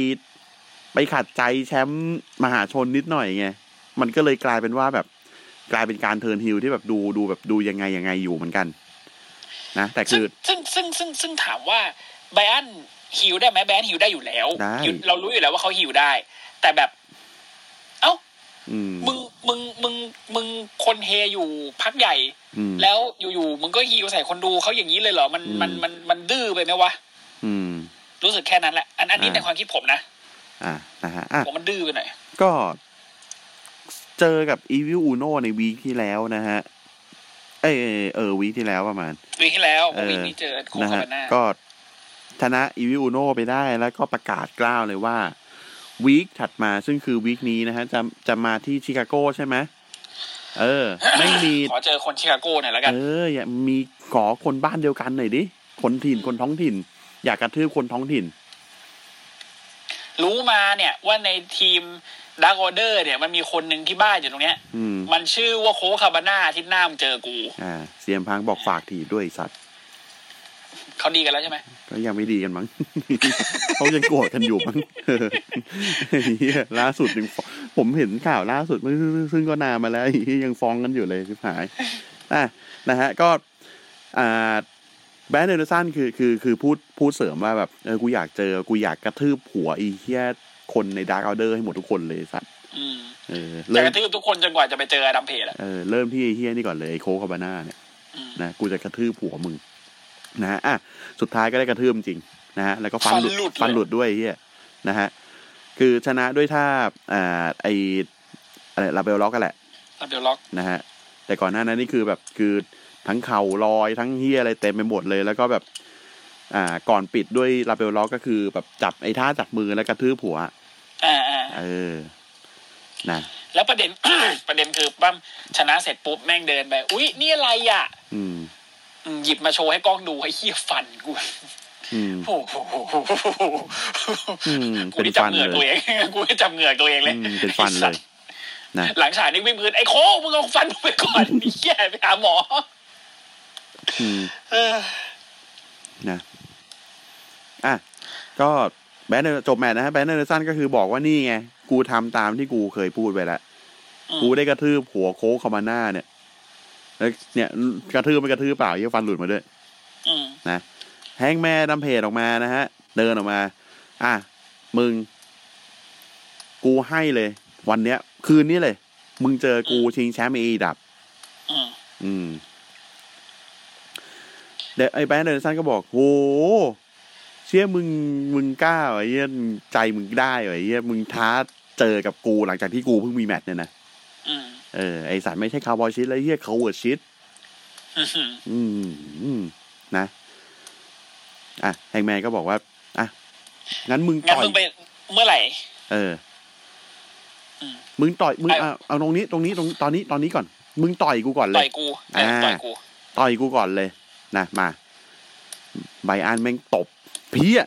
ไปขัดใจแชมป์มหาชนนิดหน่อยไง มันก็เลยกลายเป็นว่าแบบกลายเป็นการเทิร์นฮิลที่แบบดูดูแบบดูยังไงยังไงอยู่เหมือนกัน นะ แต่คืซึ่ง อ ซึ่งซึ่งซึ่งซึ่งถามว่าไบอันหิวได้ไหมไบอันหิวได้อยู่แล้ว ได้ หิวเรารู้อยู่แล้วว่าเขาหิวได้ แต่แบบ เอ้า อืม มึงมึงมึงมึงคนเฮอยู่พักใหญ่ อืม แล้วอยู่ๆมึงก็หิวใส่คนดูเขาอย่างนี้เลยเหรอมัน อืม มันมันมันดื้อไปไหมวะ อืม รู้สึกแค่นั้นแหละอันอันนี้ อ่า ในความคิดผมนะ อ่ะนะฮะอ่ะ ผมมันดื้อไปหน่อย ก็เจอกับอีวิวอูโนในวีคที่แล้วนะฮะ เอยเอยเออวีคที่แล้วประมาณ วีคที่แล้ว เออ วีคนี้เจอโค นะ คา ฮะ บาน่า ก็ชนะอีวิอูโนไปได้แล้วก็ประกาศกล้าวเลยว่าวีคถัดมาซึ่งคือวีคนี้นะฮะจะจะมาที่ชิคาโกใช่ไหม เอ อ ไม่มี ขอเจอคนชิคาโก้หน่อยแล้วกัน เออ อย่ามีขอคนบ้านเดียวกันหน่อยดิ คนถิ่น คนท้องถิ่น อยากกระทืบคนท้องถิ่น รู้มาเนี่ยว่าในทีมดักออเดอร์เนี่ยมันมีคนหนึ่งที่บ้านอยู่ตรงเนี้ย อืม มันชื่อว่าโคคาบาน่าที่หน้ามงเจอกู อ่า เสียมพังบอกฝากถีบด้วยไอ้สัตว์ เขาดีกันแล้วใช่ไหม ก็ยังไม่ดีกันมั้ง เขายังโกรธกันอยู่มั้ง เหี้ยล่าสุดยังฟ้องผมเห็นข่าวล่าสุดซึ่งซึ่งก็นานมาแล้วเหี้ยยังฟ้องกันอยู่เลยชิบหายอ่ะนะฮะ ก็อ่าแบรนด์เดอร์สันคือคือคือพูดพูดเสริมว่าแบบเออกูอยากเจอ กูอยากกระทืบหัวไอีเหี้ยคนในดาร์กออเดอร์ให้หมดทุกคนเลยสัตว์ อืม เออ จะ เริ่มกระทืบทุกคนจนกว่าจะไปเจออดัมเพจอะ เออเริ่มที่ไอ้เหี้ยนี่ก่อนเลยไอ้โคคาบาน่าเนี่ย อืม นะกูจะกระทืบหัวมึงนะฮะอ่ะสุดท้ายก็ได้กระทืบจริงนะฮะแล้วก็ฟันหลุดฟันหลุดด้วยไอ้เฮียนะฮะคือชนะด้วยท่าอ่าไออะไรลาเบลล็อกกันแหละ แล้วเดี๋ยวล็อก นะฮะแต่ก่อนหน้านั้นนี่คือแบบคือทั้งเข่าลอยทั้งเฮียอะไรเต็มไปหมดเลย แล้วก็แบบ อ่าก่อนปิดด้วยลาเบลล็อกก็คือแบบจับไอ้ท่าจับมือแล้วกระทืบหัว อ่าอ่า เออนะ แล้วประเด็น ประเด็นคือปั้มชนะเสร็จปุ๊บแม่งเดินไป อุ๊ย นี่อะไรอ่ะ อืม อืมหยิบมาโชว์ให้กล้องดูไอ้เหี้ยฟันกู อืม โอ้โห อืม กู เป็น นี่จับ ฟัน เหงื่อ เล ตัวย เอง กูนี่จับเหงื่อตัวเองเล อื ย มเป็นฟันเลย นะ หลังฉากนี่วิ่งพื้นไอ้โคงมึงเอาฟันผมไปก่อน ไอ้เหี้ยไปหาหมอ อืม เออ นะอ่ะ ก็แบนเดอร์จบแมตช์นะฮะแบนเดอร์สันก็คือบอกว่านี่ไง กูทำตามที่กูเคยพูดไปแล้ว อืม กูได้กระทืบหัวโค้กคอมมาน่าเนี่ย แล้วเนี่ยกระทืบไม่กระทืบเปล่าเหี้ยังฟันหลุดมาด้วย อืม นะ แฮงแม่ดำเพจออกมานะฮะ เดินออกมา อ่ะ มึง กูให้เลย วันเนี้ย คืนนี้เลย มึงเจอกูชิงแชมป์เอดับ อืม อืมเดี๋ยวไอ้แบงค์เดนสันก็บอกโหเชื่อมึงมึงกล้าเหรอไอ้เหี้ยมึงใจมึงได้เหรอไอ้เหี้ยมึงท้าเจอกับกูหลังจากที่กูเพิ่งมีแมตช์เนี่ยนะ อืม เออไอสัตว์ไม่ใช่คาวบอยชิดแล้วไอ้เหี้ยคาวเวิร์ดชิด อืม อืมอืมนะ อ่ะแฮงแมนก็บอกว่า อ่ะ งั้นมึง งั้น ต่อย มึงไปเมื่อไหร่ เอออ ม มึงต่อยมึง ไอ้ เอาเอาตรงนี้ตรงนี้ตรงตอนนี้ตอนนี้ก่อน มึงต่อยกูก่อนเล ต่อย ยกูเอออ่า ต่อยกู ต่อยกูก่อนเลยนะมาไบอันแม่งตบเพี้ย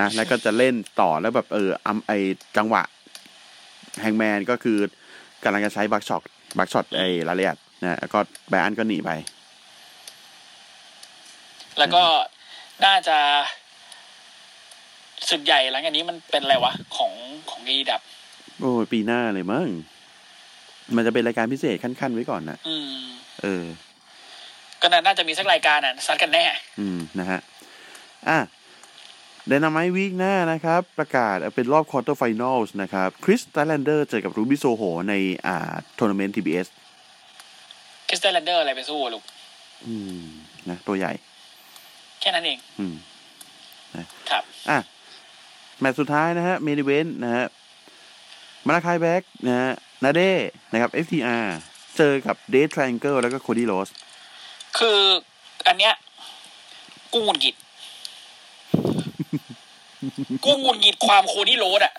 นะแล้วก็จะเล่นต่อแล้วแบบเอออำไอจังหวะ แฮงแมนก็คือกำลังจะใช้บักช็อตบักช็อตไอรายละเอียดนะแล้วก็ไบอันก็หนีไป แล้วก็น่าจะสึกใหญ่หลังจากนี้มันเป็นอะไรวะ ของของอีดับ โอ้ยปีหน้าเลยมั้งมันจะเป็นรายการพิเศษขั้นๆไว้ก่อนนะ อืม เออ ก็น่าจะมีสักรายการน่ะซัดกันแน่ อืม นะฮะ อ่ะเดนามายวีคหน้านะครับ ประกาศเป็นรอบควอเตอร์ไฟนอลส์นะครับคริสตัลแลนเดอร์เจอกับรูบิโซโหในอ่าทัวร์นาเมนต์ TBS คริสเตนแลนเดอร์อะไรไปสู้อะลูก อืม นะ ตัวใหญ่ แค่นั้นเอง อืม ครับ อ่ะ แมตช์สุดท้ายนะฮะเมนิเวนนะฮะมาราคายแบ็กนะฮะนาเด้นะครับ FTR เจอกับเดททร a n เกิลแล้วก็โคดี้โรส คืออันเนี้ยกูหงุดหงิด กูหงุดหงิดความโคนี่โรดอะ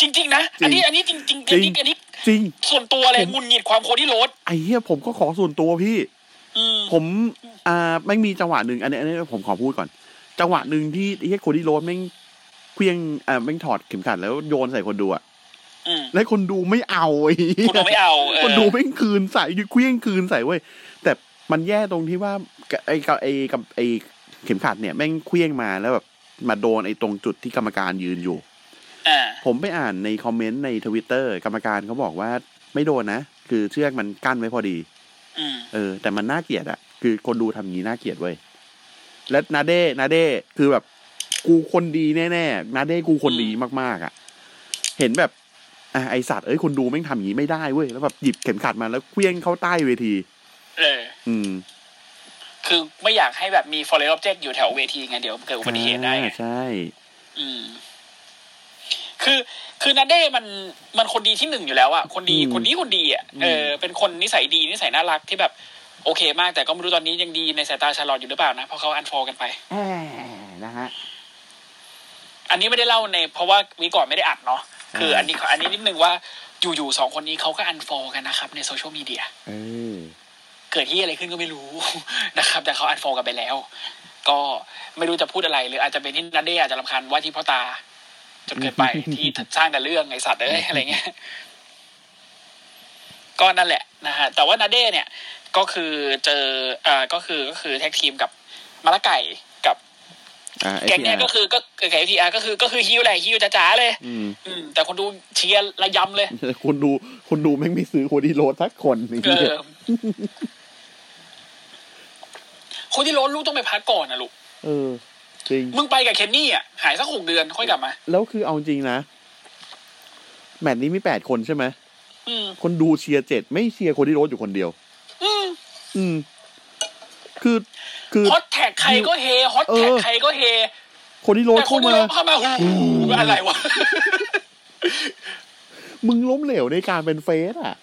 จริง ๆ นะ อันนี้อันนี้จริงๆอันนี้อันนี้ จริง ส่วนตัวเลยหงุดหงิดความโคนี่โรด ไอ้เหี้ยผมก็ขอส่วนตัวพี่ อืม ผม อ่าไม่งมีจังหวะหนึ่งอันนี้อันนี้ผมขอพูดก่อน จังหวะหนึ่งที่ไอ้เหี้ยโคดี้โรสแม่งเคลี้ยงอ่าแม่งถอดเข็มขัดแล้วโยนใส่คนดูอะ อืม และคนดูไม่เอาไอ้เหี้ย คุณดูไม่เอาเออ คนดูแม่งคืนใส่อยู่เคลี้ยงคืนใส่เว้ยแต่มันแย่ตรงที่ว่าไอ้กับไอ้กับไอ้เข็มขัดเนี่ยแม่งเคลี้ยงมาแล้วแบบมาโดนไอ้ตรงจุดที่กรรมการยืนอยู่ อ่า ผมไปอ่านในคอมเมนต์ในทวิตเตอร์กรรมการเขาบอกว่าไม่โดนนะคือเชือกมันกั้นไว้พอดี อืม เออแต่มันน่าเกลียดอะคือคนดูทำอย่างนี้น่าเกลียดเว้ยและนาเด้นาเด้คือแบบ กูคนดีแน่ๆนาเด้กูคนดีมากๆอะเห็นแบบอ่ะไอสัตว์เอ้ยคนดูแม่งทำอย่างนี้ไม่ได้เว้ยแล้วแบบหยิบเข็มขัดมาแล้วเคลี้ยงเข้าใต้เวที เออ อืม คือไม่อยากให้แบบมี foreign object อยู่แถวเวทีไงเดี๋ยวเกิดอุบัติเหตุได้ไง อ่าใช่ อืม คือคือนาเด้มันมันคนดีที่หนึ่งอยู่แล้วอะคนดี อืม คนนี้คนดีอะเอออเป็นคนนิสัยดีนิสัยน่ารักที่แบบ โอเคมากแต่ก็ไม่รู้ตอนนี้ยังดีในสายตาชาลอตอยู่หรือเปล่านะเพราะเขาอันฟอลกันไป านะฮะ อันนี้ไม่ได้เล่าในเพราะว่าวีก่อนไม่ได้อัดเนาะ คืออันนี้ขออันนี้นิดนึงว่าอยู่ๆสองคนนี้เขาก็อันฟอลกันนะครับ ในโซเชียลมีเดีย เออ เกิดที่อะไรขึ้นก็ไม่รู้ นะครับ แต่เขาอันฟอลกันไปแล้ว ก็ไม่รู้จะพูดอะไรหรืออาจจะเป็นที่นัดเดชน์อาจจะรำคาญว่าที่พ่อตา จนเกิ นไป ที่สร้างแต่เรื่องไอสัตว์เอ้ยอะไรเงี้ย ก็นั่นแหละนะฮะแต่ว่านาเดชน์เนี่ยก็คือเจอเอ่อก็คือก็คือแท็กทีมกับมะละไก่กับ อ่าไอ แก๊ง พี เนี่ยก็คือก็แก๊งทีอาก็คือก็คือฮิวแหละฮิวจ๋าๆเลย อืม อืม แต่คนดูเชียร์ระยำเลย คนดูคนดูแม่งไม่ซื้อโคดีโรดสักคนไอ้ เอ เหี้ อย คนที่โล้นลูกต้องไปพักก่อนนะลูก เออ จริง มึงไปกับเคนนี่อ่ะ หายสักหกเดือนค่อยกลับมา แล้วคือเอาจริงนะ แมตช์นี้มีแปดคนใช่ไหม อืม คนดูเชียร์เจ็ดไม่เชียร์โคดีโรดอยู่คนเดียว อืม อืม คือคือ ฮอตแท็กใครก็เฮฮอตแท็ก เออ ใครก็เฮ โคดีโรด แต่คน เข้า ที่ มา โล้นเข้ามาหูอะไร วะ มึงล้มเหลวในการเป็นเฟสอ่ะ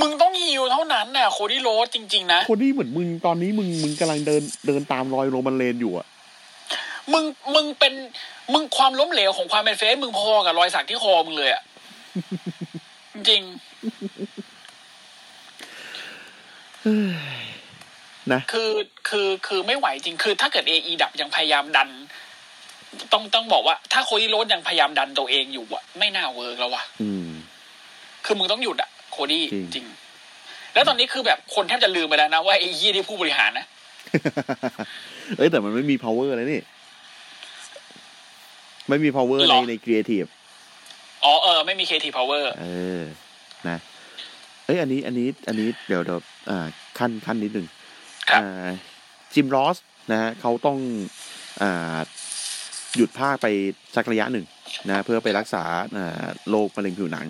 มึงต้องฮิวเท่านั้นน่ะคนที่โล้นจริง ๆ นะ คนที่เหมือนมึงตอนนี้มึงมึงกำลังเดินเดินตามรอยโรมันเลนอยู่อ่ะ มึงมึงเป็นมึงความล้มเหลวของความเป็นเฟซมึงพอกับรอยสักที่คอมึงเลยอ่ะ จริง นะ คือคือคือไม่ไหวจริงคือ ถ้าเกิดเอไอดับยังพยายามดัน ต้องต้องบอกว่า ถ้าโคดี้โรดยังพยายามดันตัวเองอยู่อะไม่น่าเวิร์กแล้ววะ อืม คือมึงต้องหยุดอะโคดี้ จริง จริง แล้วตอนนี้คือแบบคนแทบจะลืมไปแล้วนะว่าไอ้ยี่ที่ผู้บริหารนะ เอ้ยแต่มันไม่มี power เลยนี่ ไม่มี power ในใน creative อ๋อเออไม่มีเคทีพาวเวอร์ เออ นะ เอ้ย อันนี้ อันนี้ อันนี้ เดี๋ยวเดี๋ยวอ่า ขั้น ขั้นนิดหนึ่ง ครับ อ่า จิมรอส นะฮะเขาต้อง อ่า หยุดภาคไปสักระยะหนึ่ง นะ เพื่อไปรักษา อ่า โรคมะเร็งผิวหนัง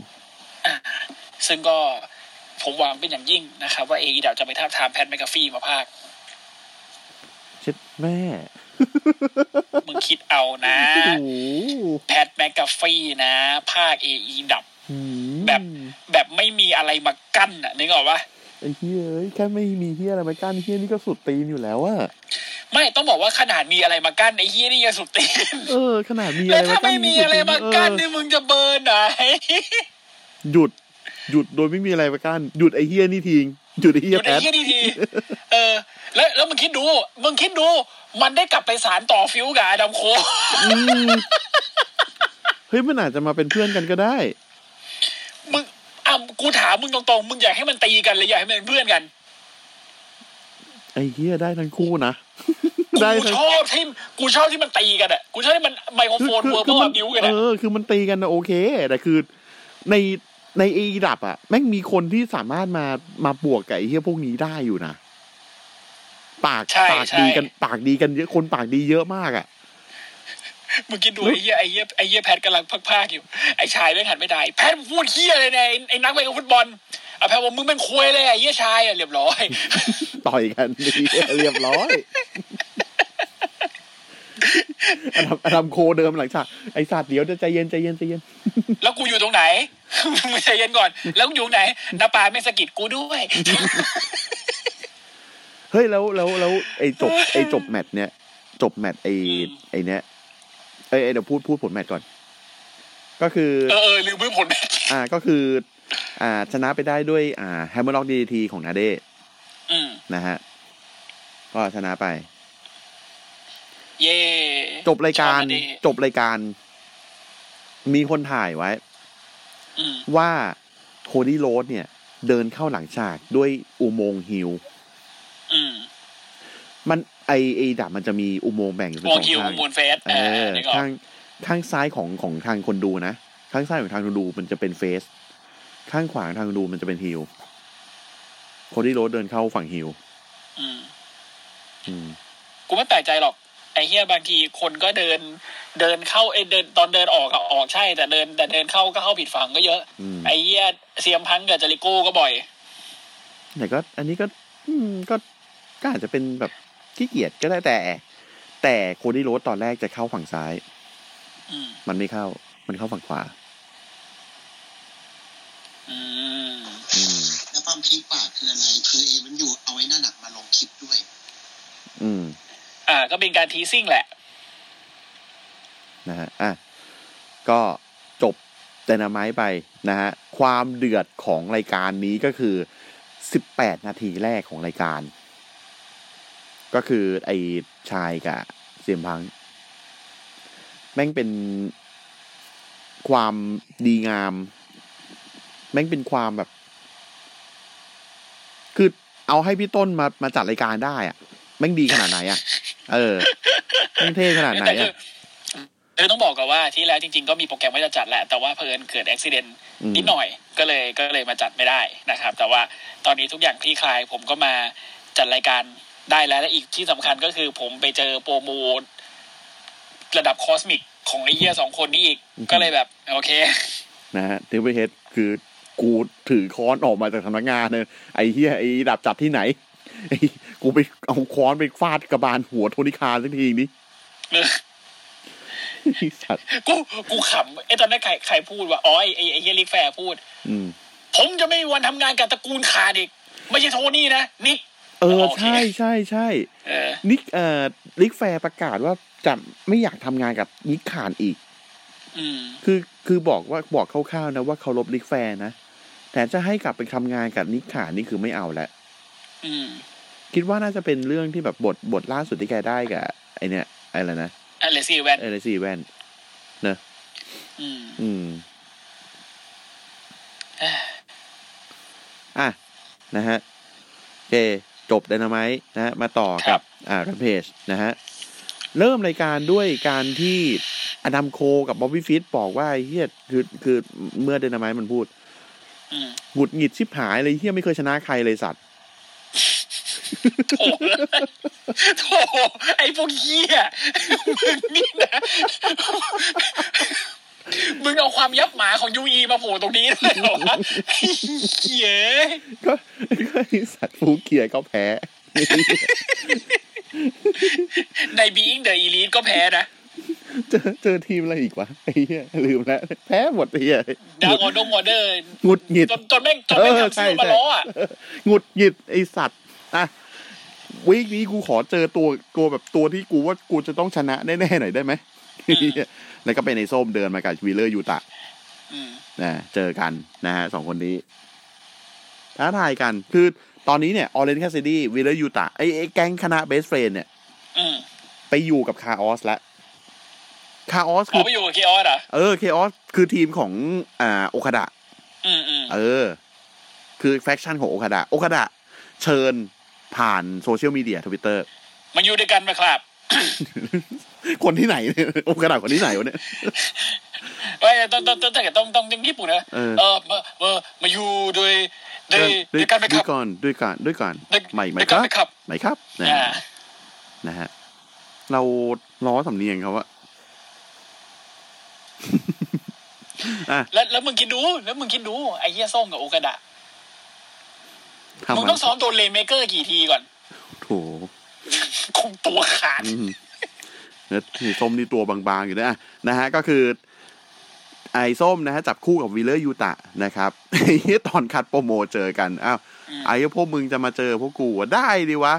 ซึ่งก็ผมหวังเป็นอย่างยิ่งนะครับ ว่าเอไอดับจะไปทาบทามแพทแมคกาฟี่มาภา ค เช็ดแม่ มึงคิดเอานะ โอ้โห แพทแมคกาฟี่นะ ภาคเอไอดับ หืม แบบ แบบไม่มีอะไรมากั้นอะนึกออกปะ ไอ้เฮียเอ้ย แค่ไม่มีเฮียอะไรมากั้นเฮียนี่ก็สุดตีนอยู่แล้วอะ ไม่ต้องบอกว่าขนาดมีอะไรมากั้นไอ้เฮียนี่ยังสุดตีน เออ ขนาดมีอะ แล้ ไร วถ้าไม่มีอะไรมากั้น เอ นี่ อ มึงจะเบอร์ไหน หยุด หยุดโดยไม่มีอะไรมากั้น หยุดไอ้เฮียนี่ทิ้ง หยุดไอ้เฮี อย ยู่ใน แพท เฮียดีทีๆเออ แล้วแล้วมึงคิดดู มึงคิดดู มันได้กลับไปสารต่อฟิวกับอดัมโค อืมเฮ้ยมันอาจจะมาเป็นเพื่อนกันก็ได้ มึงอ่ะกูถามมึงตรงๆ มึงอยากให้มันตีกันหรืออยากให้มันเป็นเพื่อนกัน ไอ้เฮียได้ทั้งคู่นะ ได้ กู ทั้ง ชอบที่กูชอบที่มันตีกันอ่ะกูชอบที่มันไมโครโฟนเวอร์เบอ มั ร์บิวกัน เอออ่ะคือมันตีกันนะโอเค แต่คือในในเอดับอ่ะ แม่งมีคนที่สามารถมามาบวกกับไอ้เฮียพวกนี้ได้อยู่นะ ปาก ใช่ ปาก ใช่ ดีกันปากดีกันเยอะคนปากดีเยอะมากอ่ะ มึงคิดดูไอ้เหี้ยไอ้เหี้ยไอ้เหี้ยแพทกำลังพักๆอยู่ไอ้ชายไม่งหันไม่ได้แพทมึงพูดเหี้ยเลยเนี่ยไอ้ไอ้นักเตะฟุตบอลอ่ะแพทบอกมึงเป็นควยเลยไอ้เหี้ยชายอ่ะเรียบร้อย ต่อยกันเหี้ยเรียบร้อย อดัมอดัมโคเดิมหลังฉากไอ้สัตว์เดี๋ยวจะใจเย็นใจเย็นใจเย็น แล้วกูอยู่ตรงไหน มึงใจเย็นก่อน แล้วกูอยู่ตรงไหนหน้าปลาไม่สะกิดกูด้วย เฮ้ยแล้วแล้วแล้วไอ้จบ ไอ้จบแมตช์เนี่ย จบแมตช์ไอ้ อืม ไอ้เนี้ยเอ้ยเอ้ยเดี๋ยวพูดพูดผลแมตช์ก่อน ก็คือ เออเออลืมพูดผลแมตช์ อ่าก็คือ อ่าชนะไปได้ด้วย อ่าแฮมเมอร์ล็อกดีทีของนาเดช อืม นะฮะ ก็ชนะไป เย่ จบรายการ ชอมดิ จบรายการ มีคนถ่ายไว้ อืม ว่าโคดี้โรสเนี่ย เดินเข้าหลังฉากด้วยอุโมงค์ฮิล อืม มันไอไอดับมันจะมีอุโมงค์แบ่งอยู่เป็น วอ ส ล อง คิว ข้าง มูลเฟส เออ นึกออก ข้างข้างซ้ายของของทางคนดูนะ ข้างซ้ายของทางคนดูมันจะเป็นเฟส ข้างขวาของทางคนดูมันจะเป็นฮิลคนที่โรดเดินเข้าฝั่งฮิล อืม อืม กูไม่แปลกใจหรอกไอ้เฮียบางทีคนก็เดิน เดินเข้าไอ้ยเดินตอนเดินออกอะออกใช่ แต่เดินแต่เดินเข้าก็เข้าผิดฝั่งก็เยอะ อืม ไอ้เฮียเซียมพังกับจาริโก้ก็บ่อย แต่ก็ อันนี้ก็ อืมก็ก็อาจจะเป็นแบบขี้เกียจก็ได้แต่ แต่คนที่โรดตอนแรกจะเข้าฝั่งซ้าย อืม มันไม่เข้า มันเข้าฝั่งขวา อืม อืม แล้วความพีคปากคืออะไร คือเอมันอยู่เอาไอ้หน้าหนักมาลงคลิปด้วย อืม อ่า ก็เป็นการทีซิ่งแหละ นะฮะ อ่ะ ก็จบ ดน m ไม้ไปนะฮะความเดือดของรายการนี้ก็คือ 18 นาทีแรกของรายการ ก็คือไอ้ชายกับเสียมพัง แม่งเป็นความดีงาม แม่งเป็นความแบบ คือเอาให้พี่ต้นมามาจัดรายการได้อะแม่งดีขนาดไหนอะเออแม่งเท่ขนาดไหน แต่คื อะ อคือต้องบอกกันว่าที่แล้วจริงๆ ก็มีโปรแกรมไว้จะจัดแหละ แต่ว่าเพลินเกิดอุบิเหตุ อืม นิดหน่อยก็เลยก็เลยมาจัดไม่ได้นะครับ แต่ว่าตอนนี้ทุกอย่างคลี่คลาย ผมก็มาจัดรายการได้แล้วและอีกที่สำคัญก็คือผมไปเจอโปรโมทระดับคอสมิกของไอเยียสองคนนี้อีก ก็เลยแบบโอเค นะฮะทิวเฮดคือกูถือค้อนออกมาจากสำนักงานเลยไอ้เหี้ยไอ้ดาบจับที่ไหนไอ้กูไปเอาค้อนไปฟาดกระบาลหัวโทนิคานสักทีนี้ เออ สัตว์ กูกูขำไอยตอนนั้นใครใครพูดว่าอ๋อไอไอ้ไอเฮียลิกแฟร์พูด อืม ผมจะไม่มีวันทำงานกับตระกูลคาร์ดิกไม่ใช่โทนี่นะนิก เออ โอเค ใช่ใช่ใช่ เออ นิกเอ่อลิกแฟร์ประกาศว่าจะไม่อยากทำงานกับนิกขานอีก อืม คือคือบอกว่าบอกคร่าวๆนะว่าเคารพลิกแฟร์นะ แต่จะให้กลับไปทำงานกับนิกขานนี่คือไม่เอาแล้ว อืม คิดว่าน่าจะเป็นเรื่องที่แบบบทบทล่าสุดที่แกได้กับไอเนี่ยอะไรนะ อะไรสิแวน เอเลซี่แวน อืม อืมอ่ะนะฮะโอเคจบไดนาไมต์นะฮะมาต่อ ครั กับ บ อ่าแรมเพจนะฮะ เริ่มรายการด้วยการที่อดัมโคกับบ๊อบบี้ฟิตบอกว่าไอ้เฮียคือคือเมื่อไดนาไมต์มันพูด อืม หงุดหงิดชิบหายเลยเฮียไม่เคยชนะใครเลยสัตว์ โถโถไอ้พวกเหี้ยมึงนี่นะ มึงเอาความยับหมาของยูอีมาโผล่ตรงนี้เลยเหรอวะไอ้เหี้ย ก็ก็ไอ้สัตว์ฟูเกียร์ก็แพ้ ในบีอิงเดอะอีลีทก็แพ้นะ เจอเจอทีมอะไรอีกวะไอ้เหี้ยลืมแล้ว แพ้หมดไอ้เหี้ย ดาวออโดมออเดอร์ หงุดหงิด จนจนแม่งจนแม่งทำซื้อมาล้ออ่ะ หงุดหงิดไอสัตว์อ่ะวีคนี้กูขอเจอตัวตัวแบบตัวที่กูว่ากูจะต้องชนะแน่ๆหน่อยได้ไหม อืม แล้วก็ไปในส้มเดินมากับวีเลอร์ยูตะ อืม นะเจอกันนะฮะสองคนนี้ท้าทายกันคือตอนนี้เนี่ยออเรนแคสซิดี้วีเลอร์ยูตะไอไอแก๊งคณะเบสเฟรนเนี่ย อืม ไปอยู่กับคาออสแล้วคาออส อ๋ คือ อ ไปอยู่กับเคออสเหรอ่ะ เออเคออสคือทีมของอ่าโอคาดะ อืมอืม เออ คือแฟคชั่นของโอคาดะ โอคาดะ เชิญผ่านโซเชียลมีเดียทวิตเตอร์ มาอยู่ด้วยกันไหมครับ คนที่ไหนเนี่ย โอคาดะคนที่ไหนวะเนี่ย ไม่ต้องต้องต้องต้องต้องต้องญี่ปุ่นนะ เออ เออมามามาอยู่ด้วยด้วยด้วยกันไหมค ด้ รั ว บ ยก่อนด้วยก่อนด้วยก่อน ด้วย ใหม่ใหม่ ด้วย ค กั รับนไหมครับ ใหม่ครับนะ อ่า นะฮะ เราล้อสำเนียงเขาอะอ่ะ แล้วแล้วมึงคิดดู แล้วมึงคิดดูไอ้เฮียส้มกับโอกาดะ ทำ มึง มั ต้องซ้อมตัวเลเมเกอร์กี่ทีก่อน โถ คงตัวขาด อืมแล้วถือส้มนี่ตัวบางๆอยู่ด้วยอ่ะนะฮะ ก็คือ ไอ้ส้มนะฮะ จับคู่กับวีเลอร์ยูตะนะครับ ตอนคัดโปรโมเจอกันอ้าว ไอ้พวกมึงจะมาเจอพวกกูอะได้ดิวะ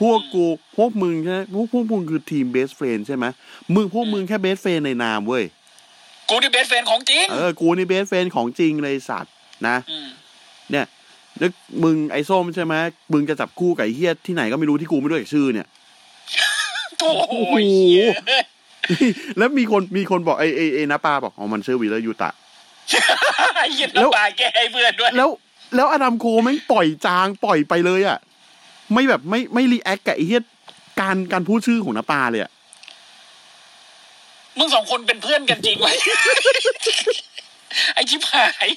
พวกกูพวกมึงใช่ไหมพวกพวกมึงคือทีมเบสเฟรนใช่ไหมมึงพวกมึงแค่เบสเฟรนในนามเว้ย กูนี่เบสเฟนของจริง เออ กูนี่เบสเฟรนของจริงเลยสัตว์นะ ม เนี่ยแล้วมึงไอ้ส้มใช่ไหมมึงจะจับคู่กับไอ้เฮียที่ไหนก็ไม่รู้ที่กูไม่รู้จักชื่อเนี่ย โอ้โห โอ้โห เหี้ย แล้วมีคนมีคนบอกไอ้ไอ้ไอ้นาปาบอกอ๋อมันชื่อวีเลอร์ยูตะ ไอ้เหี้ย แล้ว น้ำปลาแกให้เพื่อนด้วย แล้วแล้วอดัมโคแม่งปล่อยจางปล่อยไปเลยอะไม่แบบไม่ไม่รีแอคกับไอ้เฮียการการพูดชื่อของนาปาเลยอะ มึงสองคนเป็นเพื่อนกันจริงไหม ไอ้ชิบหาย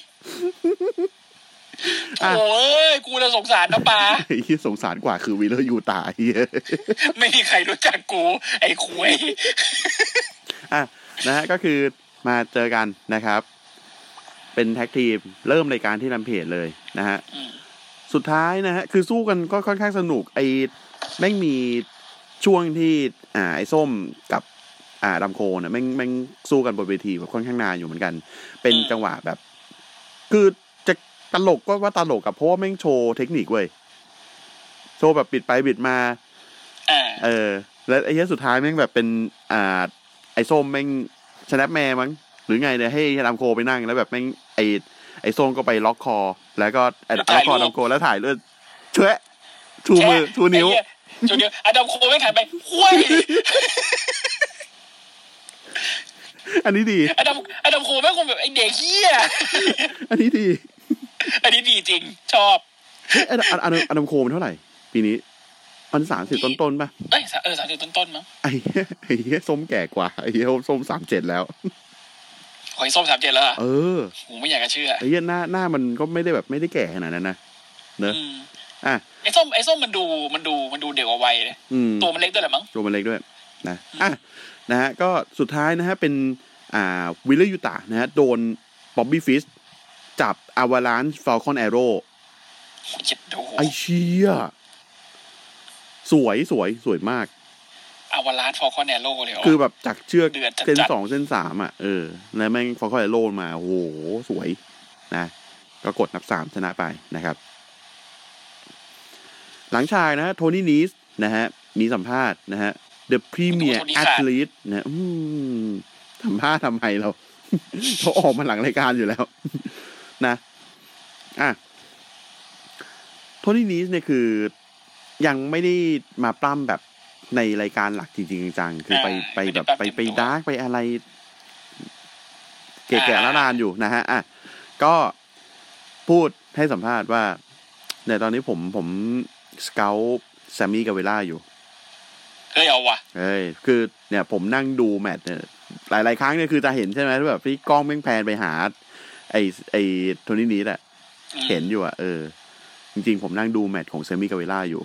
อ่ะ โอ้ยกูจะสงสารน้ำปลา ไอ้เฮียสงสารกว่าคือวีเลอร์ยูตาเฮีย ไม่มีใครรู้จักกู ไอ้คุย อ่ะนะฮะก็คือมาเจอกันนะครับ เป็นแท็กทีมเริ่มรายการที่ลำเพจเลยนะฮะ สุดท้ายนะฮะ คือสู้กันก็ค่อนข้างสนุกไอ้แม่งมีช่วงที่ อ่า ไอ้ส้มกับอ่าดำโคเนี่ยแม่งแม่งสู้กันบนเวทีแบบค่อนข้างนานอยู่เหมือนกัน เป็นจังหวะแบบ คือจะตลกก็ว่าตลกกับเพราะว่าแม่งโชว์เทคนิคเว้ยโชว์แบบปิดไปบิดมา อ่า เออ แล้วไอ้เหี้ยสุดท้ายแม่งแบบเป็น อ่า ไอ้ส้มแม่งชนะแม่มั้ง รือไงเนี่ยให้ลำโคไปนั่งแล้วแบบแม่งไอไอโซงก็ไปล็อกคอ แล้วก็ไอล็อกคอลำโคแล้วถ่ายเลือดเชะชูมือ แชะ ชูนิ้ว ไอ้เหี้ยชูนิ้วอะดัมโคไม่ขันไปห้วย อันนี้ดี อะดัมอะดัมโคแม่งคงแบบไอเด็กเหี้ย อันนี้ดี อันนี้ดีจริง ชอบ เอ้ยอันอันอันอันดัมโคมันเท่าไหร่ ปีนี้มันสามสิบต้นๆป่ะ เอ้ยสามเออสามสิบต้นๆมั้ง ไอ้เหี้ยไอ้เหี้ยส้มแก่กว่าไอ้เหี้ยส้มสามเจ็ดแล้ว หอยส้มสามเจ็ดแล้วเหรอ เออ ผมไม่อยากจะเชื่อ ไอ้เหี้ยหน้าหน้ามันก็ไม่ได้แบบไม่ได้แก่ขนาดนั้นนะเนอะ อืม อ่ะ ไอส้มไอส้มมันดูมันดูมันดูเด็กกว่าวัยเลย อืม ตัวมันเล็กด้วยแหละมั้ง โรมันเล็กด้วยนะอ่ะนะฮะก็สุดท้ายนะฮะเป็นอ่าวิลเลอร์ยูตานะฮะโดนบ๊อบบี้ฟิสจับอาวาลานฟอลคอนแอโร่ เจ็ดโอ้โห ไอเชียสวยสวยสวยมาก อาวาลานฟอร์คอนแนโลเลยเหรอ คือแบบจากเชือก เดือดจัดๆ เส้นสองเส้นสามอ่ะเออแล้วแม่งฟอลคอนแอโร่มาโอ้โหสวยนะก็กดนับสามชนะไปนะครับ หลังชายนะฮะโทนี่นีสนะฮะมีสัมภาษณ์นะฮะ The Premier โอ้โห Athlete นะอืมทำผ้าทำไมเรา เขาออกมาหลังรายการอยู่แล้ว นะอ่ะโทนี่นีสเนี่ยคือยังไม่ได้มาปล้ำแบบในรายการหลักจริงๆจังๆคือไป อ่า ไปแบบ ไม่ได้ป ไปไปล้ำเต็มตัว ดาร์กไปอะไร เก๋ๆ อ่า ละนานอยู่นะฮะอ่ะก็พูดให้สัมภาษณ์ว่า ในตอนนี้ผมผมสเกลแซมมี่กาเวล่าอยู่ เอ้ยเอาว่ะ เอ้ยคือเนี่ยผมนั่งดูแมตช์เนี่ยหลาย ๆ ครั้งเนี่ยคือจะเห็นใช่ไหมที่แบบพี่กล้องแม่งแพนไปหา ไอ้ไอ้โทนี่นี้แหละ อืม เห็นอยู่อะเออ จริง ๆ ผมนั่งดูแมตช์ของเซมิกาเวล่าอยู่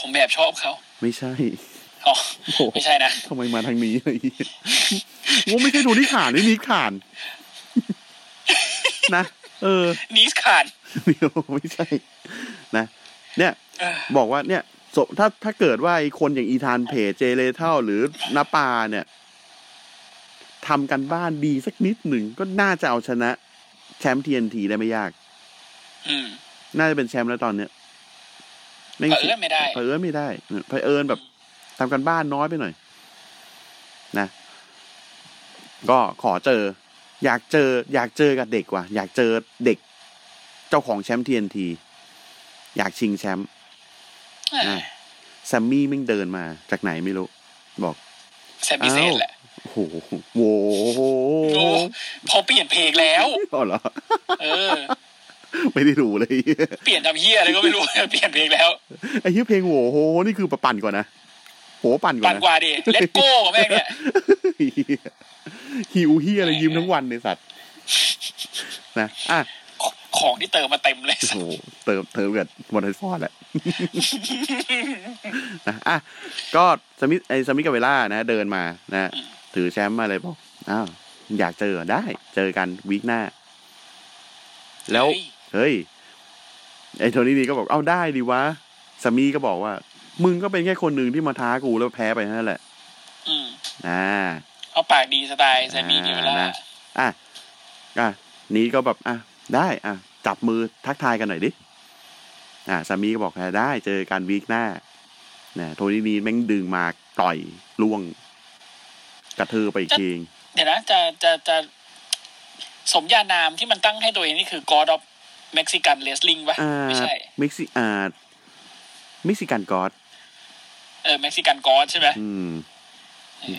ผมแบบชอบเขา ไม่ใช่ อ๋อ โอ้โห ไม่ใช่นะ ทำไมมาทางนี้ ว่าไม่ใช่ดูนี่ขานนี่นิดขาน นะ เออ นีสคาน เดี๋ยวไม่ใช่ นะ เนี่ย เออ บอกว่าเนี่ยสมถ้าถ้าเกิดว่าไอ้คนอย่างอีธานเพจเจเลเท่าหรือนาปาเนี่ยทำกันบ้านดีสักนิดหนึ่ง ก็น่าจะเอาชนะ แชมป์ทีนทีได้ไม่ยาก อืม น่าจะเป็นแชมป์แล้วตอนเนี้ยแง เผอิญไม่ได้ เผอิญไม่ได้เผอิญแบบทำกันบ้านน้อยไปหน่อย นะ ก็ขอเจอ อยากเจอ อยากเจอกับเด็กว่ะ อยากเจอเด็ก เจ้าของแชมป์ทีนทีอยากชิงแชมป์ อ่ะแซมมี่แม่งเดินมาจากไหนไม่รู้ บอก แซมมิเซนแหละ โอ้โหโห โอ้พอเปลี่ยนเพลงแล้ว อ๋อเหรอ เออ ไม่ได้รู้เลย เปลี่ยนทำเฮียอะไรก็ไม่รู้ เปลี่ยนเพลงแล้ว ไอ้เหี้ยเพลงโหโหนี่คือประปั่นก่อนนะโหปั่นก่อ ปั่ น น นะ กว่าดิเลตโก้แม่งเนี่ย หิวเฮียอะไรยิ้มทั้งวันเลยสัตว์นะอ่ะ ของของที่เติมมาเต็มเลย โอ้โหเติมเติมกับวันไทฟอร์ดแหละนะอ่ะก็สมิธไอ้สมิธกับเวล่านะ เดินมานะถือแชมป์มาเลยบอกอ้าวอยากเจอเหรอได้ เจอกันวีคหน้า แล้ว เฮ้ย เฮ้ย ไอ้โทนี่นี่ก็บอก เอ้าได้ดิวะสามีก็บอกว่า มึงก็เป็นแค่คนหนึ่งที่มาท้ากูแล้วแพ้ไปนั่นแหละ อืม อ่า เอาปากดีสไตล์แซมมี่กิเวล่า อ่านะ อ่ะ อ่ะ นี้ก็แบบ อ่ะ ได้ อ่ะ จับมือทักทายกันหน่อยดิ อ่ะสามีก็บอกอ่ะได้ เจอกันวีคหน้านะโทนี่นี่แม่งดึงมาต่อยล่วง กระเทือไปอีกทีง เดี๋ยวนะจะจะจะสมญานามที่มันตั้งให้ตัวเองนี่คือกอดอฟเม็กซิกันเลสลิงปะ อ่า ไม่ใช่ มิกซิอ่ามิกซิกันกอด เออเม็กซิกันกอดใช่ไหม อืม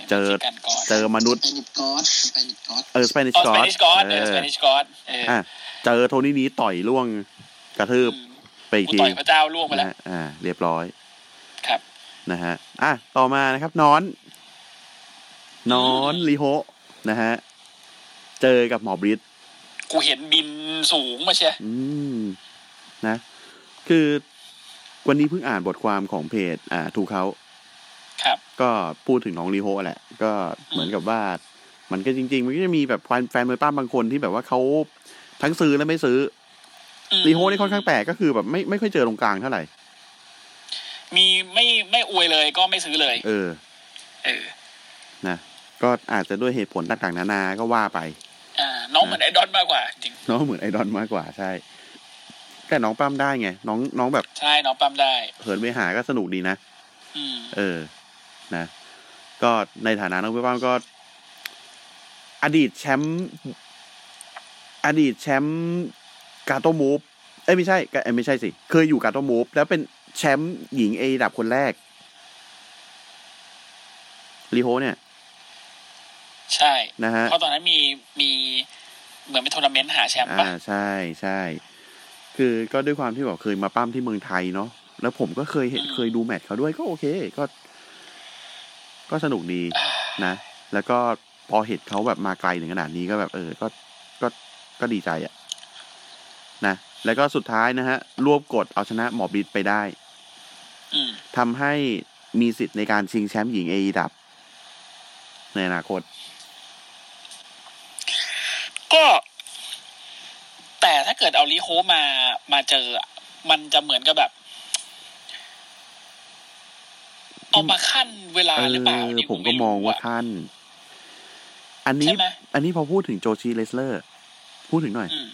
เจอ ม็กซิกันกอด เจอมนุษย์ ไปนิดก๊อตไปนิดก๊อต เออสเปนิช อ๋กออสเป ด นิชกอดเออสเปนิชกอดเออ อ่ะเจอโทนี่นี้ต่อยล่วงกระทืบไปอีก กู ที ต่อยพระเจ้าล่วงไปแล้ว นะอ่า เรียบร้อย ครับ นะฮะ อ่ะ ต่อมานะครับนอน นอนลีโฮะนะฮะ เจอกับหมอบริส กูเห็นบินสูงมาเชีย อืม นะ คือวันนี้เพิ่งอ่านบทความของเพจ อ่าทูเขา ครับ ก็พูดถึงน้องลีโฮะแหละ ก็เหมือนกับว่า มันก็จริง ๆ มันก็จะมีแบบแฟนแฟนมวยป้าบางคนที่แบบว่าเขาทั้งซื้อและไม่ซื้อ อืม ลีโฮะนี่ค่อนข้างแปลกก็คือแบบไม่ไม่ค่อยเจอตรงกลางเท่าไหร่ มีไม่ไม่อวยเลยก็ไม่ซื้อเลย เออ เออ นะก็อาจจะด้วยเหตุผลต่างๆ นานาก็ว่าไป อ่า น้องเหมือนไอดอลมากกว่าจริง น้องเหมือนไอดอลมากกว่าใช่ แต่น้องปั้มได้ไง น้องน้องแบบ ใช่น้องปั๊มได้ เหินไปหาก็สนุกดีนะ อืม เออ นะ ก็ในฐานะน้องปั้มก็ อดีตแชมป์อดีตแชมป์กาโตมูฟเอ้ยไม่ใช่เอ้ยไม่ใช่สิ เคยอยู่กาโตมูฟแล้วเป็นแชมป์หญิงเอดับคนแรกรีโฮเนี่ย ใช่ นะฮะ เพราะตอนนั้นมีมีเหมือนเป็นทัวร์นาเมนต์หาแชมป์ปะ อ่าใช่ใช่ คือก็ด้วยความที่แบบเคยมาปั้มที่เมืองไทยเนาะแล้วผมก็เคยเห็นเคยดูแมตช์เขาด้วยก็โอเค ก็ ก็สนุกดีนะ แล้วก็พอเห็นเขาแบบมาไกลถึงขนาดนี้ก็แบบ เออ ก็ก็ก็ดีใจอะนะแล้วก็สุดท้ายนะฮะ รวบกดเอาชนะหมอบิดไปได้ อืม ทำให้มีสิทธิ์ในการชิงแชมป์หญิงเอดับ ในอนาคต ก็แต่ถ้าเกิดเอาลิโฮมามาเจออะมันจะเหมือนกับแบบ เอามาขั้นเวลา เอ หรือเปล่า อ นี่ ผมก็ ไรู้ มองว่า ะ ท่าน อันนี้ ใช่ไหม อันนี้พอพูดถึงโจชีเลสเลอร์ พูดถึงหน่อย อืม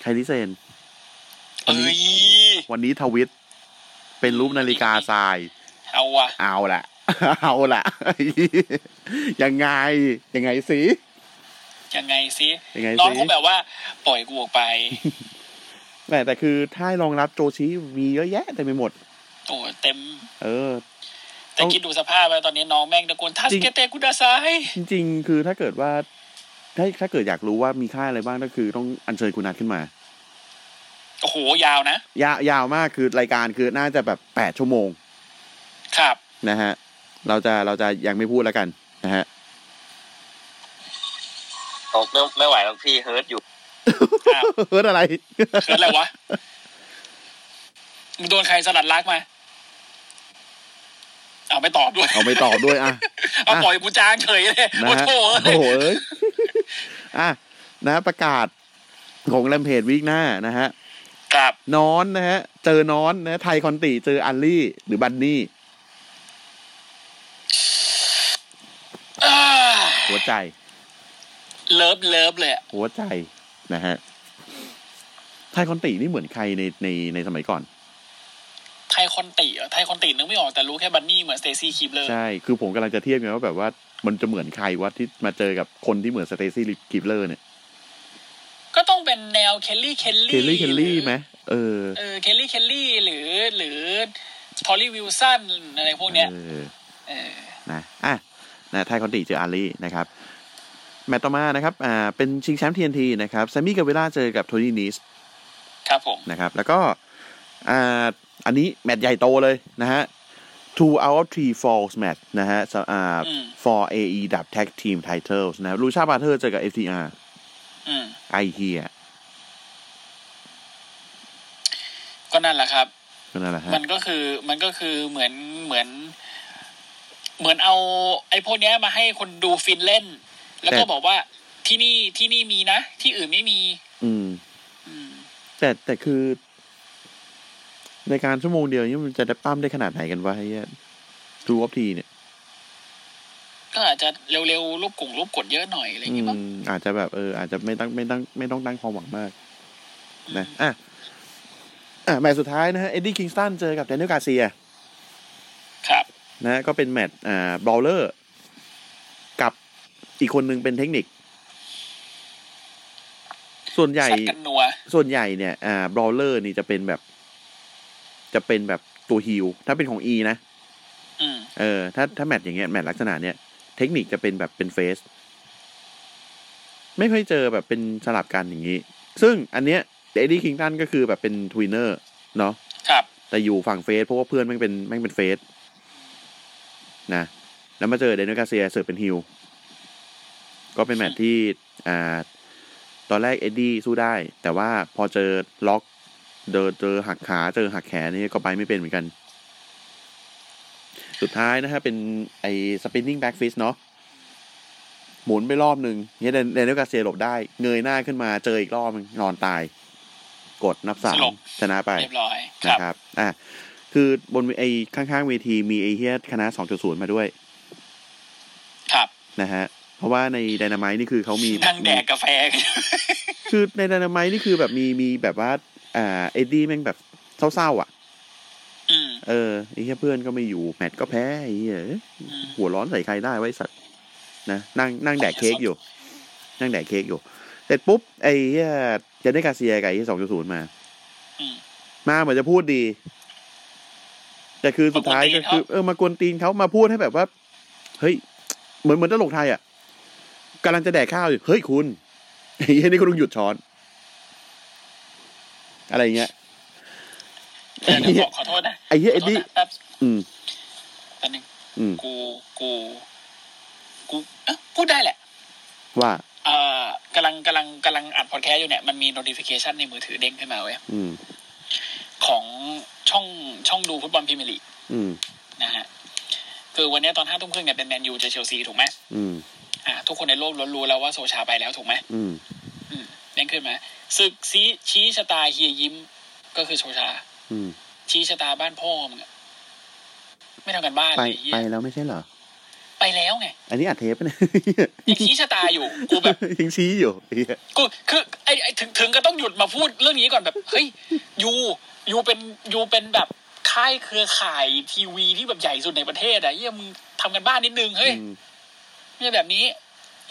ไคลิเซน อันนี้ เอ้ย วันนี้ทวิต เป็นรูปนาฬิกาทราย เอาวะ เอาละ เอาละ ยังไง ยังไงสิ ยังไงซิ ยังไงสิ น้องคงแบบว่า ปล่อยกูออก ไป แต่แต่คือถ้ารองรับโจชีมีเยอะแยะเต็มไปหมด โอ้เต็ม เออ แต่ เอา คิดดูสภาพแล้วตอนนี้น้องแม่งตะโกนทัส จริง เกเตกุดาไซ จริงๆ คือถ้าเกิดว่า ถ้าถ้าเกิดอยากรู้ว่ามีค่าอะไรบ้างก็คือต้องอัญเชิญคุณนัทขึ้นมา โอ้โหยาวนะ ยาวยาวมากคือรายการคือน่าจะแบบแปดชั่วโมง ครับ นะฮะ เราจะเราจะยังไม่พูดแล้วกันนะฮะ โอ้ไม่ไม่ไหวแล้วพี่เฮิร์ตอยู่ ครับ เฮิร์ตอะไร เกิดอะไรวะมึงโดนใครสลัดรักมาเอาไม่ตอบด้วย เอาไปตอบด้วยอ่ะ เอา อ่ะ ปล่อยกูจางเฉยเลย นะ โอ้ ฮะ โห โอ้โหเอ้ย อ่ะนะประกาศของแรมเพจวีคหน้านะฮะ ครับ นอนนะฮะ เจอนอนนะฮะไทยคอนติเจออัลลี่ หรือบันนี่ อ่า หัวใจ เลิฟเลิฟเลยอะ หัวใจนะฮะ ไทยคอนตินี่เหมือนใครในในในสมัยก่อน ไทยคอนติเหรอไทยคอนตินึกไม่ออกแต่รู้แค่บันนี่เหมือนสเตซี่คีบเลอร์ ใช่ คือผมกำลังจะเทียบไงว่าแบบว่ามันจะเหมือนใครวะที่มาเจอกับคนที่เหมือนสเตซี่กิฟเลอร์เนี่ย ก็ต้องเป็นแนวเคลลี่เคล เค ลี่ ลลี่ เคลลี่ไหมเออ เออเคลลี่เคลลี่หรือ หรือทอลลี่วิลสันอะไรพวกเนี้ย เออ เออ นะอ่ะนะไทยคอนติเจออารีนะครับ แมตต์ต่อมานะครับ อ่า เป็นชิงแชมป์ TNT นะครับแซมมี่กาเวล่าเจอกับโทนี่นิส ครับผม นะครับ แล้วก็ อ่า อันนี้แมตช์ใหญ่โตเลยนะฮะ two out of three falls match นะฮะสำอ่า อืม for AE ดับ tag team titles นะครับลูชาบาเทอร์เจอกับ FTR อืม ไอเฮีย ก็นั่นแหละครับ ก็นั่นแหละฮะ มันก็คือมันก็คือเหมือนเหมือน เหมือนเอา ไอ้พวกเนี้ยมาให้คนดูฟินเล่น แล้วก็ แต่ บอกว่าที่นี่ที่นี่มีนะ ที่อื่นไม่มี อืม อืม แต่แต่คือ ในการชั่วโมงเดียวนี่มันจะได้ปั้มได้ขนาดไหนกันวะไอ้เฮีย two of three เนี่ย ก็อาจจะเร็วๆรูปกลุ่งรูปกดเยอะหน่อยอะไรอย่าง อื เงี้ย มอาจจะแบบเอออาจจะไม่ตั้งไม่ตั้งไม่ต้องตั้งความหวังมากนะอ่ะอ่ะแมตช์สุดท้ายนะฮะเอ็ดดี้คิงสตันเจอกับแดเนียลกาเซีย ครับ นะฮะก็เป็นแมตช์อ่าบอลเลอร์ กับอีกคนหนึ่งเป็นเทคนิค ส่วนใหญ่ สัตว์กันนัว ส่วนใหญ่เนี่ยอ่าบอลเลอร์นี่จะเป็นแบบ จะเป็นแบบตัวฮิลถ้าเป็นของอีนะ อืม เออถ้าถ้าแมตช์อย่างเงี้ยแมตช์ลักษณะเนี้ยเทคนิคจะเป็นแบบเป็นเฟส ไม่เคยเจอแบบเป็นสลับกันอย่างนี้ ซึ่งอันเนี้ยเอ็ดดี้คิงตันก็คือแบบเป็นทวินเนอร์เนาะ ครับ แต่อยู่ฝั่งเฟสเพราะว่าเพื่อนแม่งเป็นแม่งเป็นเฟสนะ แล้วมาเจอเดนนิกาเซียเสิร์ฟเป็นฮิลก็เป็นแมตช์ที่ อ่า ตอนแรกเอ็ดดี้สู้ได้ แต่ว่าพอเจอล็อก เจอเจอหักขา เจอหักแขนนี่ก็ไปไม่เป็นเหมือนกัน สุดท้ายนะฮะ เป็นไอ้สปินนิ่งแบ็กฟิสเนาะหมุนไปรอบหนึ่งเนี่ยเดนเดนนิกาเซียหลบได้ เงยหน้าขึ้นมาเจออีกรอบหนึ่งนอนตาย กดนับสาม สลบ ชนะไป เรียบร้อย ค นะ รับ ครับ อ่ะ คือบนไอ้ข้างๆเวทีมีไอ้เฮียคณะ 2.0 มาด้วย ครับ นะฮะ เพราะว่าในไดนาม t e นี่คือเขามี นั่งแดกกาแฟ กัน คือในไดนาม t e นี่คือแบบมีมีแบบว่า อ่า เอ็ดดี้แม่งแบบเศร้าๆอ่ะ อืม เออไอ้เฮียเพื่อนก็ไม่อยู่ แมตช์ก็แพ้ไอ้เฮีย อืม หัวร้อนใส่ใครได้ไว้สัตว์ นะนั่งนั่งแดกเค้กอยู่ นั่งแดกเค้กอยู่ เสร็จปุ๊บ ไอ้เหี้ยเจนนี่กาเซียกับไอ้สองจุดศูนย์มา อืม มาเหมือนจะพูดดี แต่คือสุดท้ายก็คือ เออมากวนตีนเขามาพูดให้แบบว่า เฮ้ย เหมือนเหมือนตลกไทยอ่ะกำลังจะแดกข้าวอยู่ เฮ้ยคุณไอ้เหี้ยนี่คุณต้องหยุดช้อน อะไรอย่างเงี้ย เดี๋ยว เดี๋ยวบอกขอโทษนะ ไอ้เหี้ยเอ็ดดี้ ขอโทษนะแป๊บ อืม แป๊บนึง อืม กู กู กูเอ๊ะพูดได้แหละ ว่า เอ่อกำลังกำลังกำลังอัดพอดแคสต์อยู่เนี่ยมันมี notification ในมือถือเด้งขึ้นมาเว้ย อืม ของช่องช่องดูฟุตบอลพรีเมียร์ลีก อืม นะฮะ คือวันเนี้ยตอนห้าทุ่มครึ่งเนี่ยเป็นแมนยูเจอเชลซีถูกไหม อืม อ่าทุกคนในโลกล้วนรู้แล้วว่าโซชาไปแล้วถูกไหม อืม อืมเด้งขึ้นมาศึกซีชี้ชะตาเฮียยิ้มก็คือโซชา อืม ชี้ชะตาบ้านพ่อมึงอะไม่ทำกันบ้าน ไป เลยเหี้ย ไปแล้วไม่ใช่เหรอ ไปแล้วไง อันนี้อัดเทปปะเนี่ย ยังชี้ชะตาอยู่กูแบบ ยังชี้อยู่ไอ้เหี้ย กูคือไอไอถึงถึงก็ต้องหยุดมาพูดเรื่องนี้ก่อนแบบเฮ้ยยูยูเป็นยูเป็นแบบค่ายเครือข่ายทีวีที่แบบใหญ่สุดในประเทศอะเยี่ยมงทำกันบ้านนิดนึงเฮ้ย อืม ไม่ใช่แบบนี้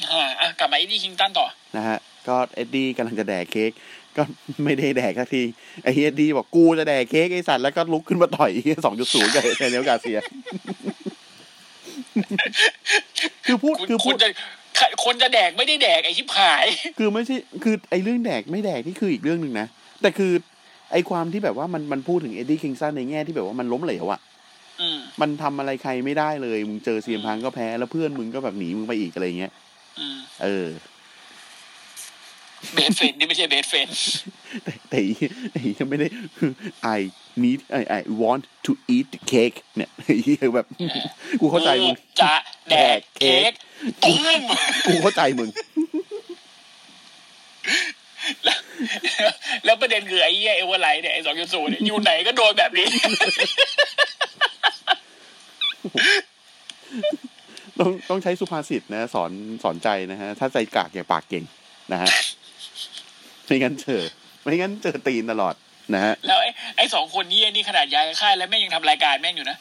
อ่าอ่ะกลับมาไอ้ดีคิงตันต่อ นะฮะ ก็เอ็ดดี้กำลังจะแดกเค้ก ก็ไม่ได้แดกสักที ไอ้เอ็ดดี้บอกกูจะแดกเค้กไอ้สัตว์แล้วก็ลุกขึ้นมาต่อยสองจุดศูนย์กับเซเนลกาเซีย คือพูด คุณ คือพูคุณ ด จะคนจะแดกไม่ได้แดกไอชิบหาย คือไม่ใช่คือไอ้เรื่องแดกไม่แดกนี่คืออีกเรื่องหนึ่งนะ แต่คือไอ้ความที่แบบว่ามันมันพูดถึงเอ็ดดี้คิงสันในแง่ที่แบบว่ามันล้มเหลวอะ อืม มันทำอะไรใครไม่ได้เลย มึงเจอเซียมพังก็แพ้ แล้วเพื่อนมึงก็แบบหนีมึงไปอีกอะไรเงี้ย อืม เออ เบสเฟนนี่ไม่ใช่เบสเฟน แต่แต่อี แต่อียังไม่ได้ I need I I want to eat the cake เนี่ย ไอ้เหี้ยแบบ กูเข้าใจมึง จะแดกเค้กตุ้ม กูเข้าใจมึง แล้วแล้วประเด็นคือไอ้เหี้ยเอเวอร์ไลท์เนี่ยไอ้สองยููเนี่ยอยู่ไหนก็โดนแบบนี้ ต้องต้องใช้สุภาษิตนะ สอนสอนใจนะฮะ ถ้าใจกากอย่าปากเก่งนะฮะ ไม่งั้นเจอ ไม่งั้นเจอตีนตลอดนะฮะ แล้วไอ้ไอ้สองคนเหี้ยนี่ขนาดย้ายค่ายแล้วแม่งยังทำรายการแม่งอยู่นะ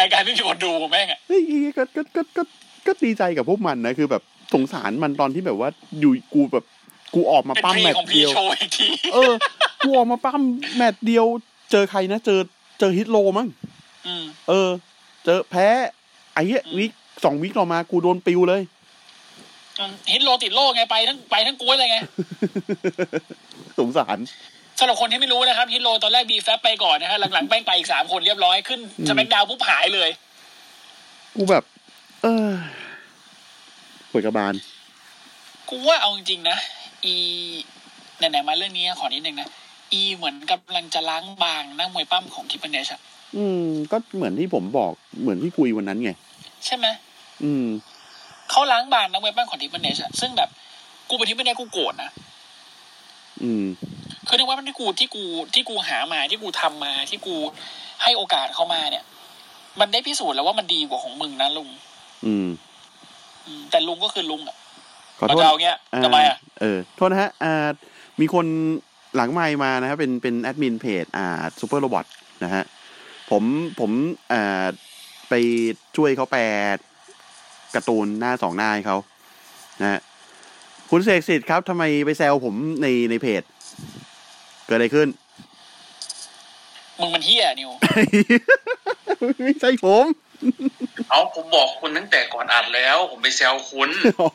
รายการไม่มีคนดูแม่งอ่ะ เฮ้ยก็ก็ก็ก็ก็ดีใจกับพวกมันนะ คือแบบสงสารมันตอนที่แบบว่าอยู่กูแบบกูออกมา เป็น ปั้ม พี่ แมต ของ ช์ พี่ เดียว โชว์อีกที เออ กูออกมาปั้มแมตช์เดียว เจอใครนะ เจอเจอฮิตโลมั้ง อืม เออ เจอแพ้ ไอ้เหี้ยวิกสองวิกต่อมากูโดนปิวเลย เห็นโลติดโลกไงไปทั้งไปทั้งกวนเลยไง สงสาร สำหรับคนที่ไม่รู้นะครับฮิตโลตอนแรกบีแฟบไปก่อนนะฮะหลังๆแป้งไปอีกสามคนเรียบร้อยขึ้น อืม สแมกดาวปุ๊บหายเลย กูแบบ เออปวดกระบาล กูว่าเอาจริงๆนะอีไหนๆมาเรื่องนี้ขอนิดนึงนะอีเหมือนกำลังจะล้างบางนักมวยปั้มของทิปเปอร์เนชอะ อืม ก็เหมือนที่ผมบอกเหมือนที่คุยวันนั้นไง ใช่ไหม อืม เขาล้างบางนักเว็บบ้านของทิปเปอร์เนชอะซึ่งแบบกูเป็นทิปเปอร์เนชกูโกรธนะ อืม คือในกเว็บบ้านที่กูที่กูที่กูหามาที่กูทำมาที่กูให้โอกาสเขามาเนี่ย มันได้พิสูจน์แล้วว่ามันดีกว่าของมึงนะลุง อืม อืมแต่ลุงก็คือลุงอะ ขอโทษเราจะเอาเงี้ยทำไมอะ เออ โทษนะฮะอ่ามีคนหลังไมค์มานะครับ เป็น เป็นแอดมินเพจ อ่าซูเปอร์โรบอทนะฮะ ผม ผมอ่าไปช่วยเขาแปลการ์ตูนหน้าสองหน้าให้เขานะฮะ คุณเสกสิทธิ์ครับ ทำไมไปแซวผมใน ในเพจ เกิดอะไรขึ้น มึงมันเฮียนิว ไม่ ใช่ผม เอาผมบอกคุณตั้งแต่ก่อนอัดแล้ว ผมไปแซวคุณ อ๋อ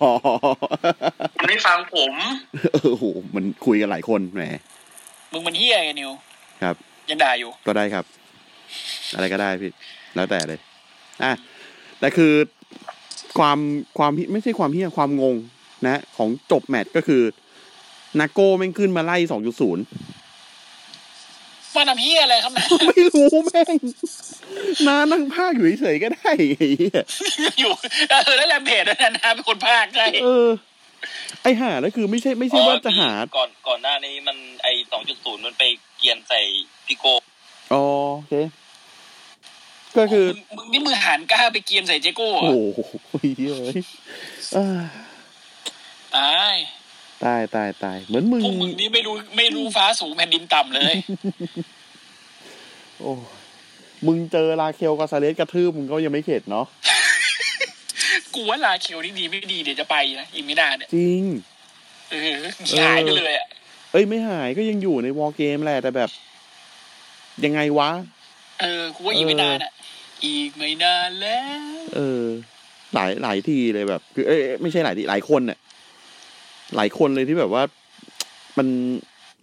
คุณไม่ฟังผม เออโอ้โห มันคุยกันหลายคนแหม มึงมันเฮียไงนิว ครับ ยังด่าอยู่ ก็ได้ครับ อะไรก็ได้พี่ แล้วแต่เลยอ่ะแต่คือความความฮิไม่ใช่ความเฮียความงงนะ ของจบแมตช์ก็คือ นาโก้แม่งขึ้นมาไล่สองจุดศูนย์ มาทำเฮียอะไรครับนะ ไม่รู้แม่งนานั่งภาคอยู่เฉยๆก็ได้ไอ้เหี้ย อยู่เออแล้วแรมเพจด้วยนะนะเป็นคนพากย์ใช่ เออ ไอห่าแล้วคือไม่ใช่ไม่ใช่ว่าจะหา ก่อนก่อนหน้านี้มันไอสองจุดศูนย์มันไปเกียนใส่พี่โก อ๋อโอเค ก็คือ มึงมึงนี่มือหันกล้าไปเกียนใส่เจโก้เหร โอ้ อ โหเหี้ยเอ้ยอ่า ตาย ตายตายตายเหมือนมึง พวกมึงนี่ไม่รู้ไม่รู้ฟ้าสูงแผ่นดินต่ำเลย โอ้ยมึงเจอราเคลกาซาเลสกระทืบมึงก็ยังไม่เข็ดเนาะ กูว่าลาคิวนี่ดีไม่ดีเดี๋ยวจะไปนะอีกไม่นานเนี่ย จริง เออหายไปเลยอ่ะ เอ้ยไม่หายก็ยังอยู่ในวอลเกมแหละแต่แบบ ยังไงวะ เออกูว่าอีกไม่นานอ่ะอีกไม่นานแล้ว เออ หลายหลายทีเลยแบบ คือเอ้ยเอ้ยไม่ใช่หลายทีหลายคนเนี่ยหลายคนเลยที่แบบว่า มัน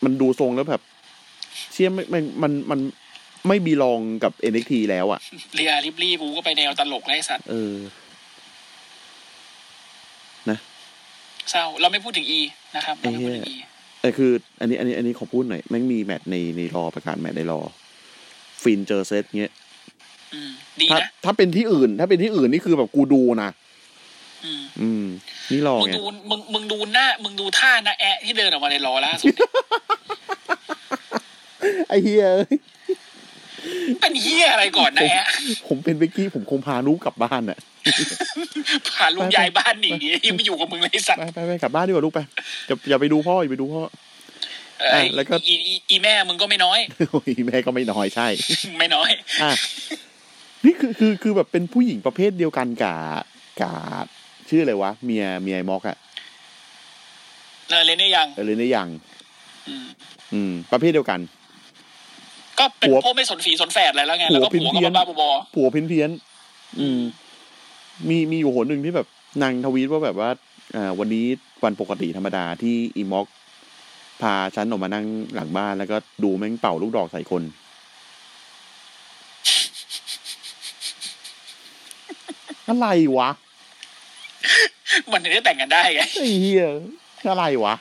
มันดูทรงแล้วแบบ เชี่ยไม่ไม่มันมันไม่บีลองกับ NXT แล้วอะ่ะ เรียริบลี่กูก็ไปแนวตลกแล้วไอ้สัตว์ เออ เศร้าเราไม่พูดถึงอีนะครับเราไม่พูดถึงอี แต่คือ อันนี้ อันนี้ อันนี้ขอพูดหน่อยแม่งมีแมตช์ในในรอประกาศแมตช์ในรอ ฟินเจอเซตเงี้ย อืมดี ถ้า นะ ถ้าเป็นที่อื่น ถ้าเป็นที่อื่นนี่คือแบบกูดูนะ อืม อืม นี่รอ มึง ไง ดูมึงมึงดูหน้า มึงดูท่านะแอะที่เดินออกมาในล้อล่าสุดเนี่ย ไอเฮีย เอ้ย เป็นเฮียอะไรก่อนนะแอะ ผมเป็นเบกกี้ผมคงพานุกลับบ้านอ่ะ พาลุงยายบ้านหนียังไม่อยู่กับมึงเลยไอ้สัต ไป ว์ ไปไปกลับบ้านดีกว่าลูกไปอย่าอย่าไปดูพ่ออย่าไปดูพ่อ เอ้ย แล้วก็ อีอีอีแม่มึงก็ไม่น้อย โอ้ยแม่ก็ไม่น้อยใช่ ไม่น้อย อ่ะนี่คือคือคือแบบเป็นผู้หญิงประเภทเดียวกันกับกับชื่ออะไรวะ เมียเมียไอ้มอกอะ เออเล่นได้ยัง เออหรือในยัง อืม อืม ประเภทเดียวกัน ก็เป็น หัว พวกไม่สนฝีสนแฝดอะไรแล้วไง หัว แล้วก็ พิมพ์ ผัวก็ เพี้ยน บ้าๆบอ ผัวเพี้ยนเพี้ยนๆอืม มีมีอยู่หนหนึ่งที่แบบนางทวีตว่าแบบว่า อ่า วันนี้วันปกติธรรมดาที่อีม็อก พาฉันออกมานั่งหลังบ้านแล้วก็ดูแม่งเป่าลูกดอกใส่คน อะไรวะ ๆมันถึงได้แต่งกันได้ไง ไอ้เหี้ยอะไรวะ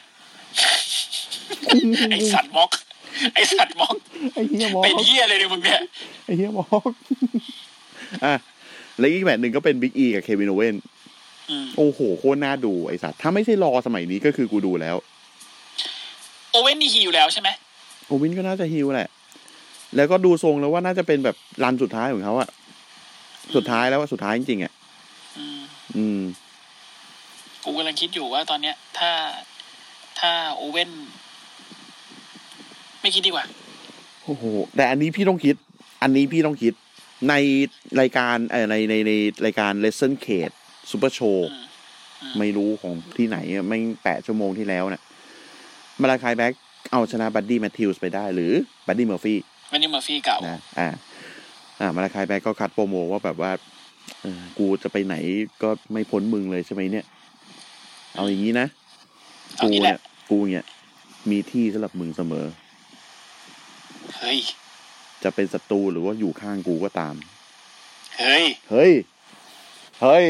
ไอสัตว์ม็อก ไอสัตว์ม็อก ไอ้เหี้ยมอก เป็นเฮียเลยเนี่ยมึงเนี่ย ไอ้เหี้ยมอก อ่ะและอีกแมตช์หนึ่งก็เป็นบิ๊กอีกับเควินโอเวน อืม โอ้โห โคตรน่าดูไอ้สัตว์ถ้าไม่ใช่รอสมัยนี้ก็คือกูดูแล้ว โอเว่นนี่ฮีอยู่แล้วใช่ไหม โอวินก็น่าจะฮิวแหละ แล้วก็ดูทรงแล้วว่าน่าจะเป็นแบบรันสุดท้ายของเขาอะสุดท้ายแล้วอะสุดท้ายจริงๆอะ อืม อืม กูกำลังคิดอยู่ว่าตอนเนี้ย ถ้าถ้าโอเว่น ไม่คิดดีกว่า โอ้โห แต่อันนี้พี่ต้องคิด อันนี้พี่ต้องคิด ในรายการเอ่อในในในรายการ Lesson c a t e Super Show อืม ไม่รู้ของที่ไหนอะไม่แปดชั่วโมงที่แล้วน่ะ มาลาคายแบ็กเอาชนะบัดดี้แมทธิวส์ไปได้ หรือบัดดี้เมอร์ฟี่ วันนี้เมอร์ฟี่เก่า นะ อ่า อ่า มาลาคายแบ็กก็คัดโปรโมว่าแบบว่าเออกูจะไปไหนก็ไม่พ้นมึงเลยใช่ไหมเนี่ย เอาอย่างนี้นะ เอา กู งี้แห เนี่ยละกูเนี่ย มีที่สำหรับมึงเสมอ เฮ้ย จะเป็นศัตรูหรือว่าอยู่ข้างกูก็ตาม เฮ้ย เฮ้ย เฮ้ย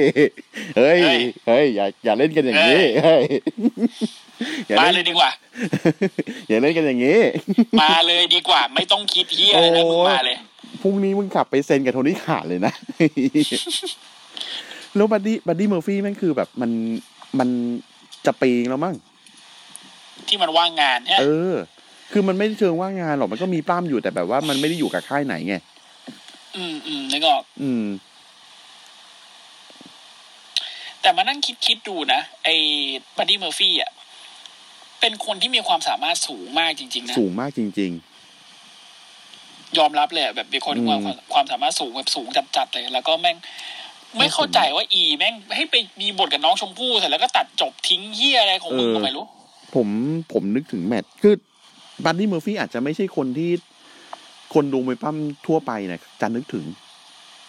เฮ้ย เฮ้ย เฮ้ย อย่า อย่าเล่นกันอย่างนี้ เฮ้ย อย่า มา เล่น เลยดีกว่า อย่าเล่นกันอย่างนี้ มาเลยดีกว่า ไม่ต้องคิดเฮียอะไรนะมึง โอ้ย มาเลย พรุ่งนี้มึงขับไปเซ็นกับโทนี่ขาดเลยนะ แล้วบัดดี้บัดดี้เมอร์ฟี่แม่งคือแบบมันมันจะปีงแล้วมั้ง ที่มันว่างงานเนี่ย เออ คือมันไม่ได้เชิงว่างงานหรอก มันก็มีปล้ามอยู่แต่แบบว่ามันไม่ได้อยู่กับค่ายไหนไง อืมอืมนึกออก อืม แต่มานั่งคิดคิดดูนะ ไอ้บัดดี้เมอร์ฟี่อ่ะ เป็นคนที่มีความสามารถสูงมากจริง ๆ นะ สูงมากจริง ยอมรับเลยอะแบบเป็นคนที่มีความ อืม ความสามารถสูงแบบสูงจัดๆเลย แล้วก็แม่ง ไม่เข้าใจว่าอีแม่งให้ไปมีบทกับน้องชมพู่เสร็จแล้วก็ตัดจบทิ้งเฮียอะไรของมึงก็ไม่รู้ ๆ ผมผมนึกถึงแมตช์คือบัดดี้เมอร์ฟี่อาจจะไม่ใช่คนที่ คนดูมวยปล้ามทั่วไปนะจะนึกถึง อื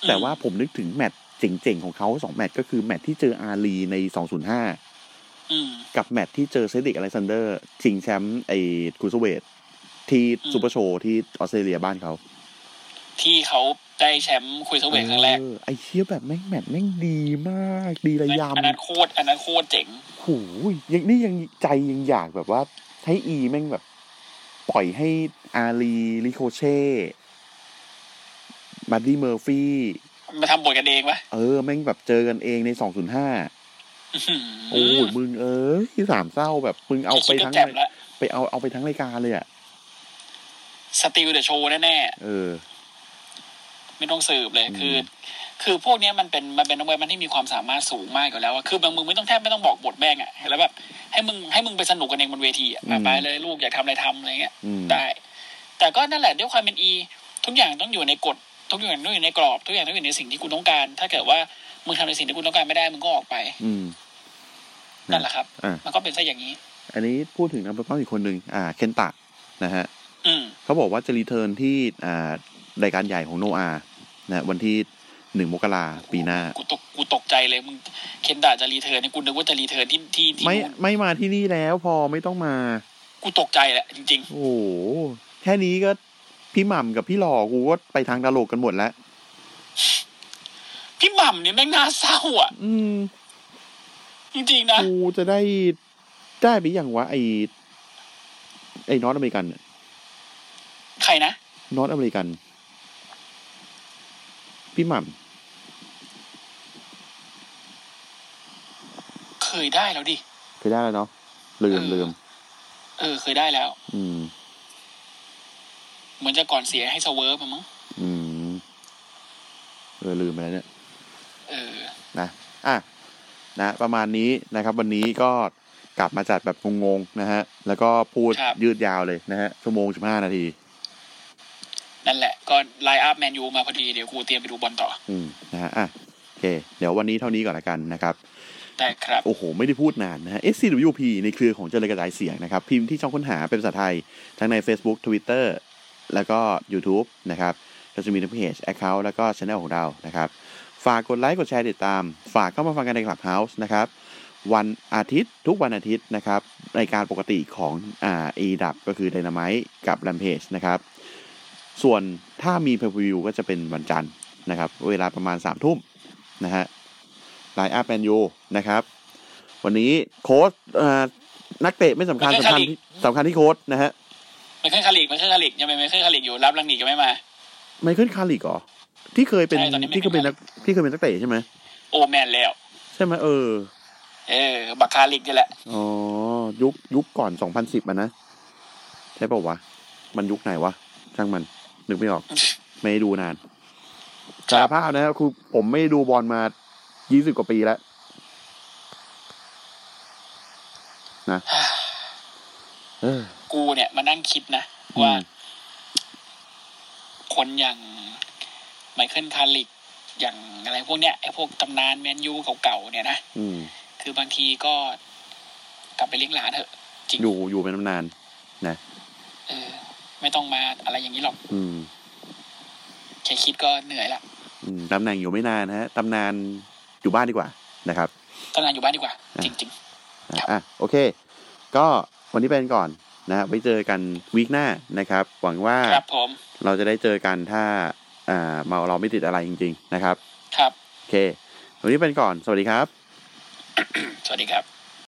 ม แต่ว่าผมนึกถึงแมตช์เจ๋งๆ ของเขาสองแมตช์ก็คือแมตช์ที่เจออาลีในสองศูนย์ห้า อืม กับแมตช์ที่เจอเซดริกอเล็กซานเดอร์ชิงแชมป์ไอ้ครูเสเวทที่ อืม ซูเปอร์โชว์ที่ออสเตรเลียบ้านเขา ที่เขาได้แชมป์คุยเซเวทครั้งแรก เออไอ้เชี่ยแบบแม่งแมตช์แม่งดีมาก ดีระย อันนั้นโคตรอันนั้นโคตรเจ๋ง ำโหยยังนี่ยังใจยังอยากแบบว่า ให้อีแม่งแบบ ปล่อยให้อาลีลิโคเช่บัดดี้เมอร์ฟี่ มาทำบทกันเองปะ เออ แม่งแบบเจอกันเองในสองศูนย์ห้า หื โอ้ยมึงเออที่สามเศร้าแบบมึงเอาไปทั้ง คิดก็แจ่มละ ไปเอาเอาไปทั้งรายการเลยอ่ะ สติลเดอะโชว์แน่ เออ ๆ ไม่ต้องสืบเลย อืม คือ คือพวกเนี้ยมันเป็นมันเป็นนักมวยมันที่มีความสามารถสูงมากอยู่แล้วอะคือบางมึงไม่ต้องแทบไม่ต้องบอกบทแม่งอะแล้วแบบให้มึงให้มึงไปสนุกกันเองบนเวทีอะอ่ะไปเลยลูกอยากทำอะไรทำอะไรเงี้ย อืม ได้ แต่ก็นั่นแหละด้วยความเป็นอี ทุกอย่างต้องอยู่ในกฎ ทุกอย่างต้องอยู่ในกรอบ ทุกอย่างต้องอยู่ในสิ่งที่คุณต้องการ ถ้าเกิดว่า มึงทำในสิ่งที่กูต้องการไม่ได้มึงก็ออกไป อืม นั่นแหละครับ อ่ะ มันก็เป็นซะอย่างนี้ อันนี้พูดถึงนักเตะอีกคนหนึ่งอ่า เคนตะนะฮะ อืม เขาบอกว่าจะรีเทิร์นที่อ่ารายการใหญ่ของโนอานะวันที่หนึ่งมกราปีหน้า กูตกกูตกใจเลยมึงเคนดาจะรีเทิร์นนี่กูนึกว่าจะรีเทิร์นที่ที่ที่ ไม่ นู่น ไม่มาที่นี่แล้วพอไม่ต้องมา กูตกใจแหละจริง โอ้โห แค่นี้ก็พี่หม่ำกับพี่หล่อกูก็ไปทางตลกกันหมดแล้ว ๆ พี่หม่ำนี่แม่งน่าเศร้าอ่ะ อืม จริง ๆ นะ กูจะได้ได้ไปอย่างวะไอไอนอตอเมริกัน ใครนะ นอตอเมริกัน พี่หม่ เคยได้แล้วดิ ำเคยได้แล้วเนาะลืมลืม เออ เคยได้แล้ว อืม เหมือนจะก่อนเสียให้สเวิร์ฟอะมั้ง อืม เออ ลืมไปแล้วเนี่ย เออ นะ อ่ะ นะ ประมาณนี้นะครับ วันนี้ก็กลับมาจัดแบบงงๆนะฮะ แล้วก็พูด ครับ ยืดยาวเลยนะฮะ ชั่วโมงสิบห้านาที นั่นแหละ ก็ไลน์อัพแมนยูมาพอดี เดี๋ยวกูเตรียมไปดูบอลต่อ อืม นะฮะ อ่ะ โอเค เดี๋ยววันนี้เท่านี้ก่อนละกันนะครับ ได้ครับ โอ้โห ไม่ได้พูดนานนะฮะ SCWP ในเครือของเจริญกระจายเสียงนะครับ พิมพ์ที่ช่องค้นหาเป็นภาษาไทย ทั้งใน Facebook Twitter แล้วก็ YouTube นะครับก็จะมีทั้งเพจ Account แล้วก็ช anel ของเรานะครับ ฝากกดไลค์กดแชร์ติดตาม ฝากเข้ามาฟังกันใน Clubhouse นะครับ วันอาทิตย์ทุกวันอาทิตย์นะครับรายการปกติของอ่า e ดับก็คือ Dynamite กับ Rampage นะครับ ส่วนถ้ามี Preview ก็จะเป็นวันจันทร์นะครับ เวลาประมาณ3ามทุ่มนะฮะไลน์อัพแมนยูนะครับ วันนี้โค้ชเอ่อนักเตะไม่สำคัญ ไม่ สำ ใช่ คัญ คาลิก ที่สำคัญที่โค้ชนะฮะ ไม่เคยคาลิกไม่เคยคาลิกยังไม่เคยคาลิกอยู่รับลังหนีก็ไม่มา ไมเคิลคาริกเหรอที่เคยเป็น ใช่ตอนนี้ไม่ ที่เคยเป็นนักที่เคยเป็นนักเตะใช่ไหม โอแมนแล้ว ใช่ไหมเออ เออ บักคาลิกนี่แหละ อ๋อยุคยุคก่อนสองพันสิบอ่ะนะ ใช่เปล่าวะ มันยุคไหนวะ ช่างมัน นึกไม่ออก ไม่ได้ดูนานสารภาพนะครับคือผมไม่ได้ดูบอลมายี่สิบกว่าปีแล้ว นะ เออ กูเนี่ยมานั่งคิดนะ ว่า อืม คนอย่างไมเคิลคาลิก อย่างอะไรพวกเนี้ยไอ้พวกตำนานแมนยูเก่าๆเนี่ยนะ อืม คือบางทีก็กลับไปเลี้ยงหลานเถอะ จริง อยู่อยู่เป็นนานๆนะ เออ ไม่ต้องมาอะไรอย่างนี้หรอก อืม แค่คิดก็เหนื่อยละ อืมตำแหน่งอยู่ไม่นานนะฮะตำนานอยู่บ้านดีกว่านะครับ ทำงานอยู่บ้านดีกว่า จริง อ่ะอ่ะโอเค ก็วันนี้ไปกันก่อนนะฮะไว้เจอกันวีคหน้านะครับ หวังว่า ๆ ครับผม เราจะได้เจอกันถ้าอ่าเมาเราไม่ติดอะไรจริง ๆ นะครับ ครับ โอเค วันนี้ไปกันก่อน สวัสดีครับ สวัสดีครับ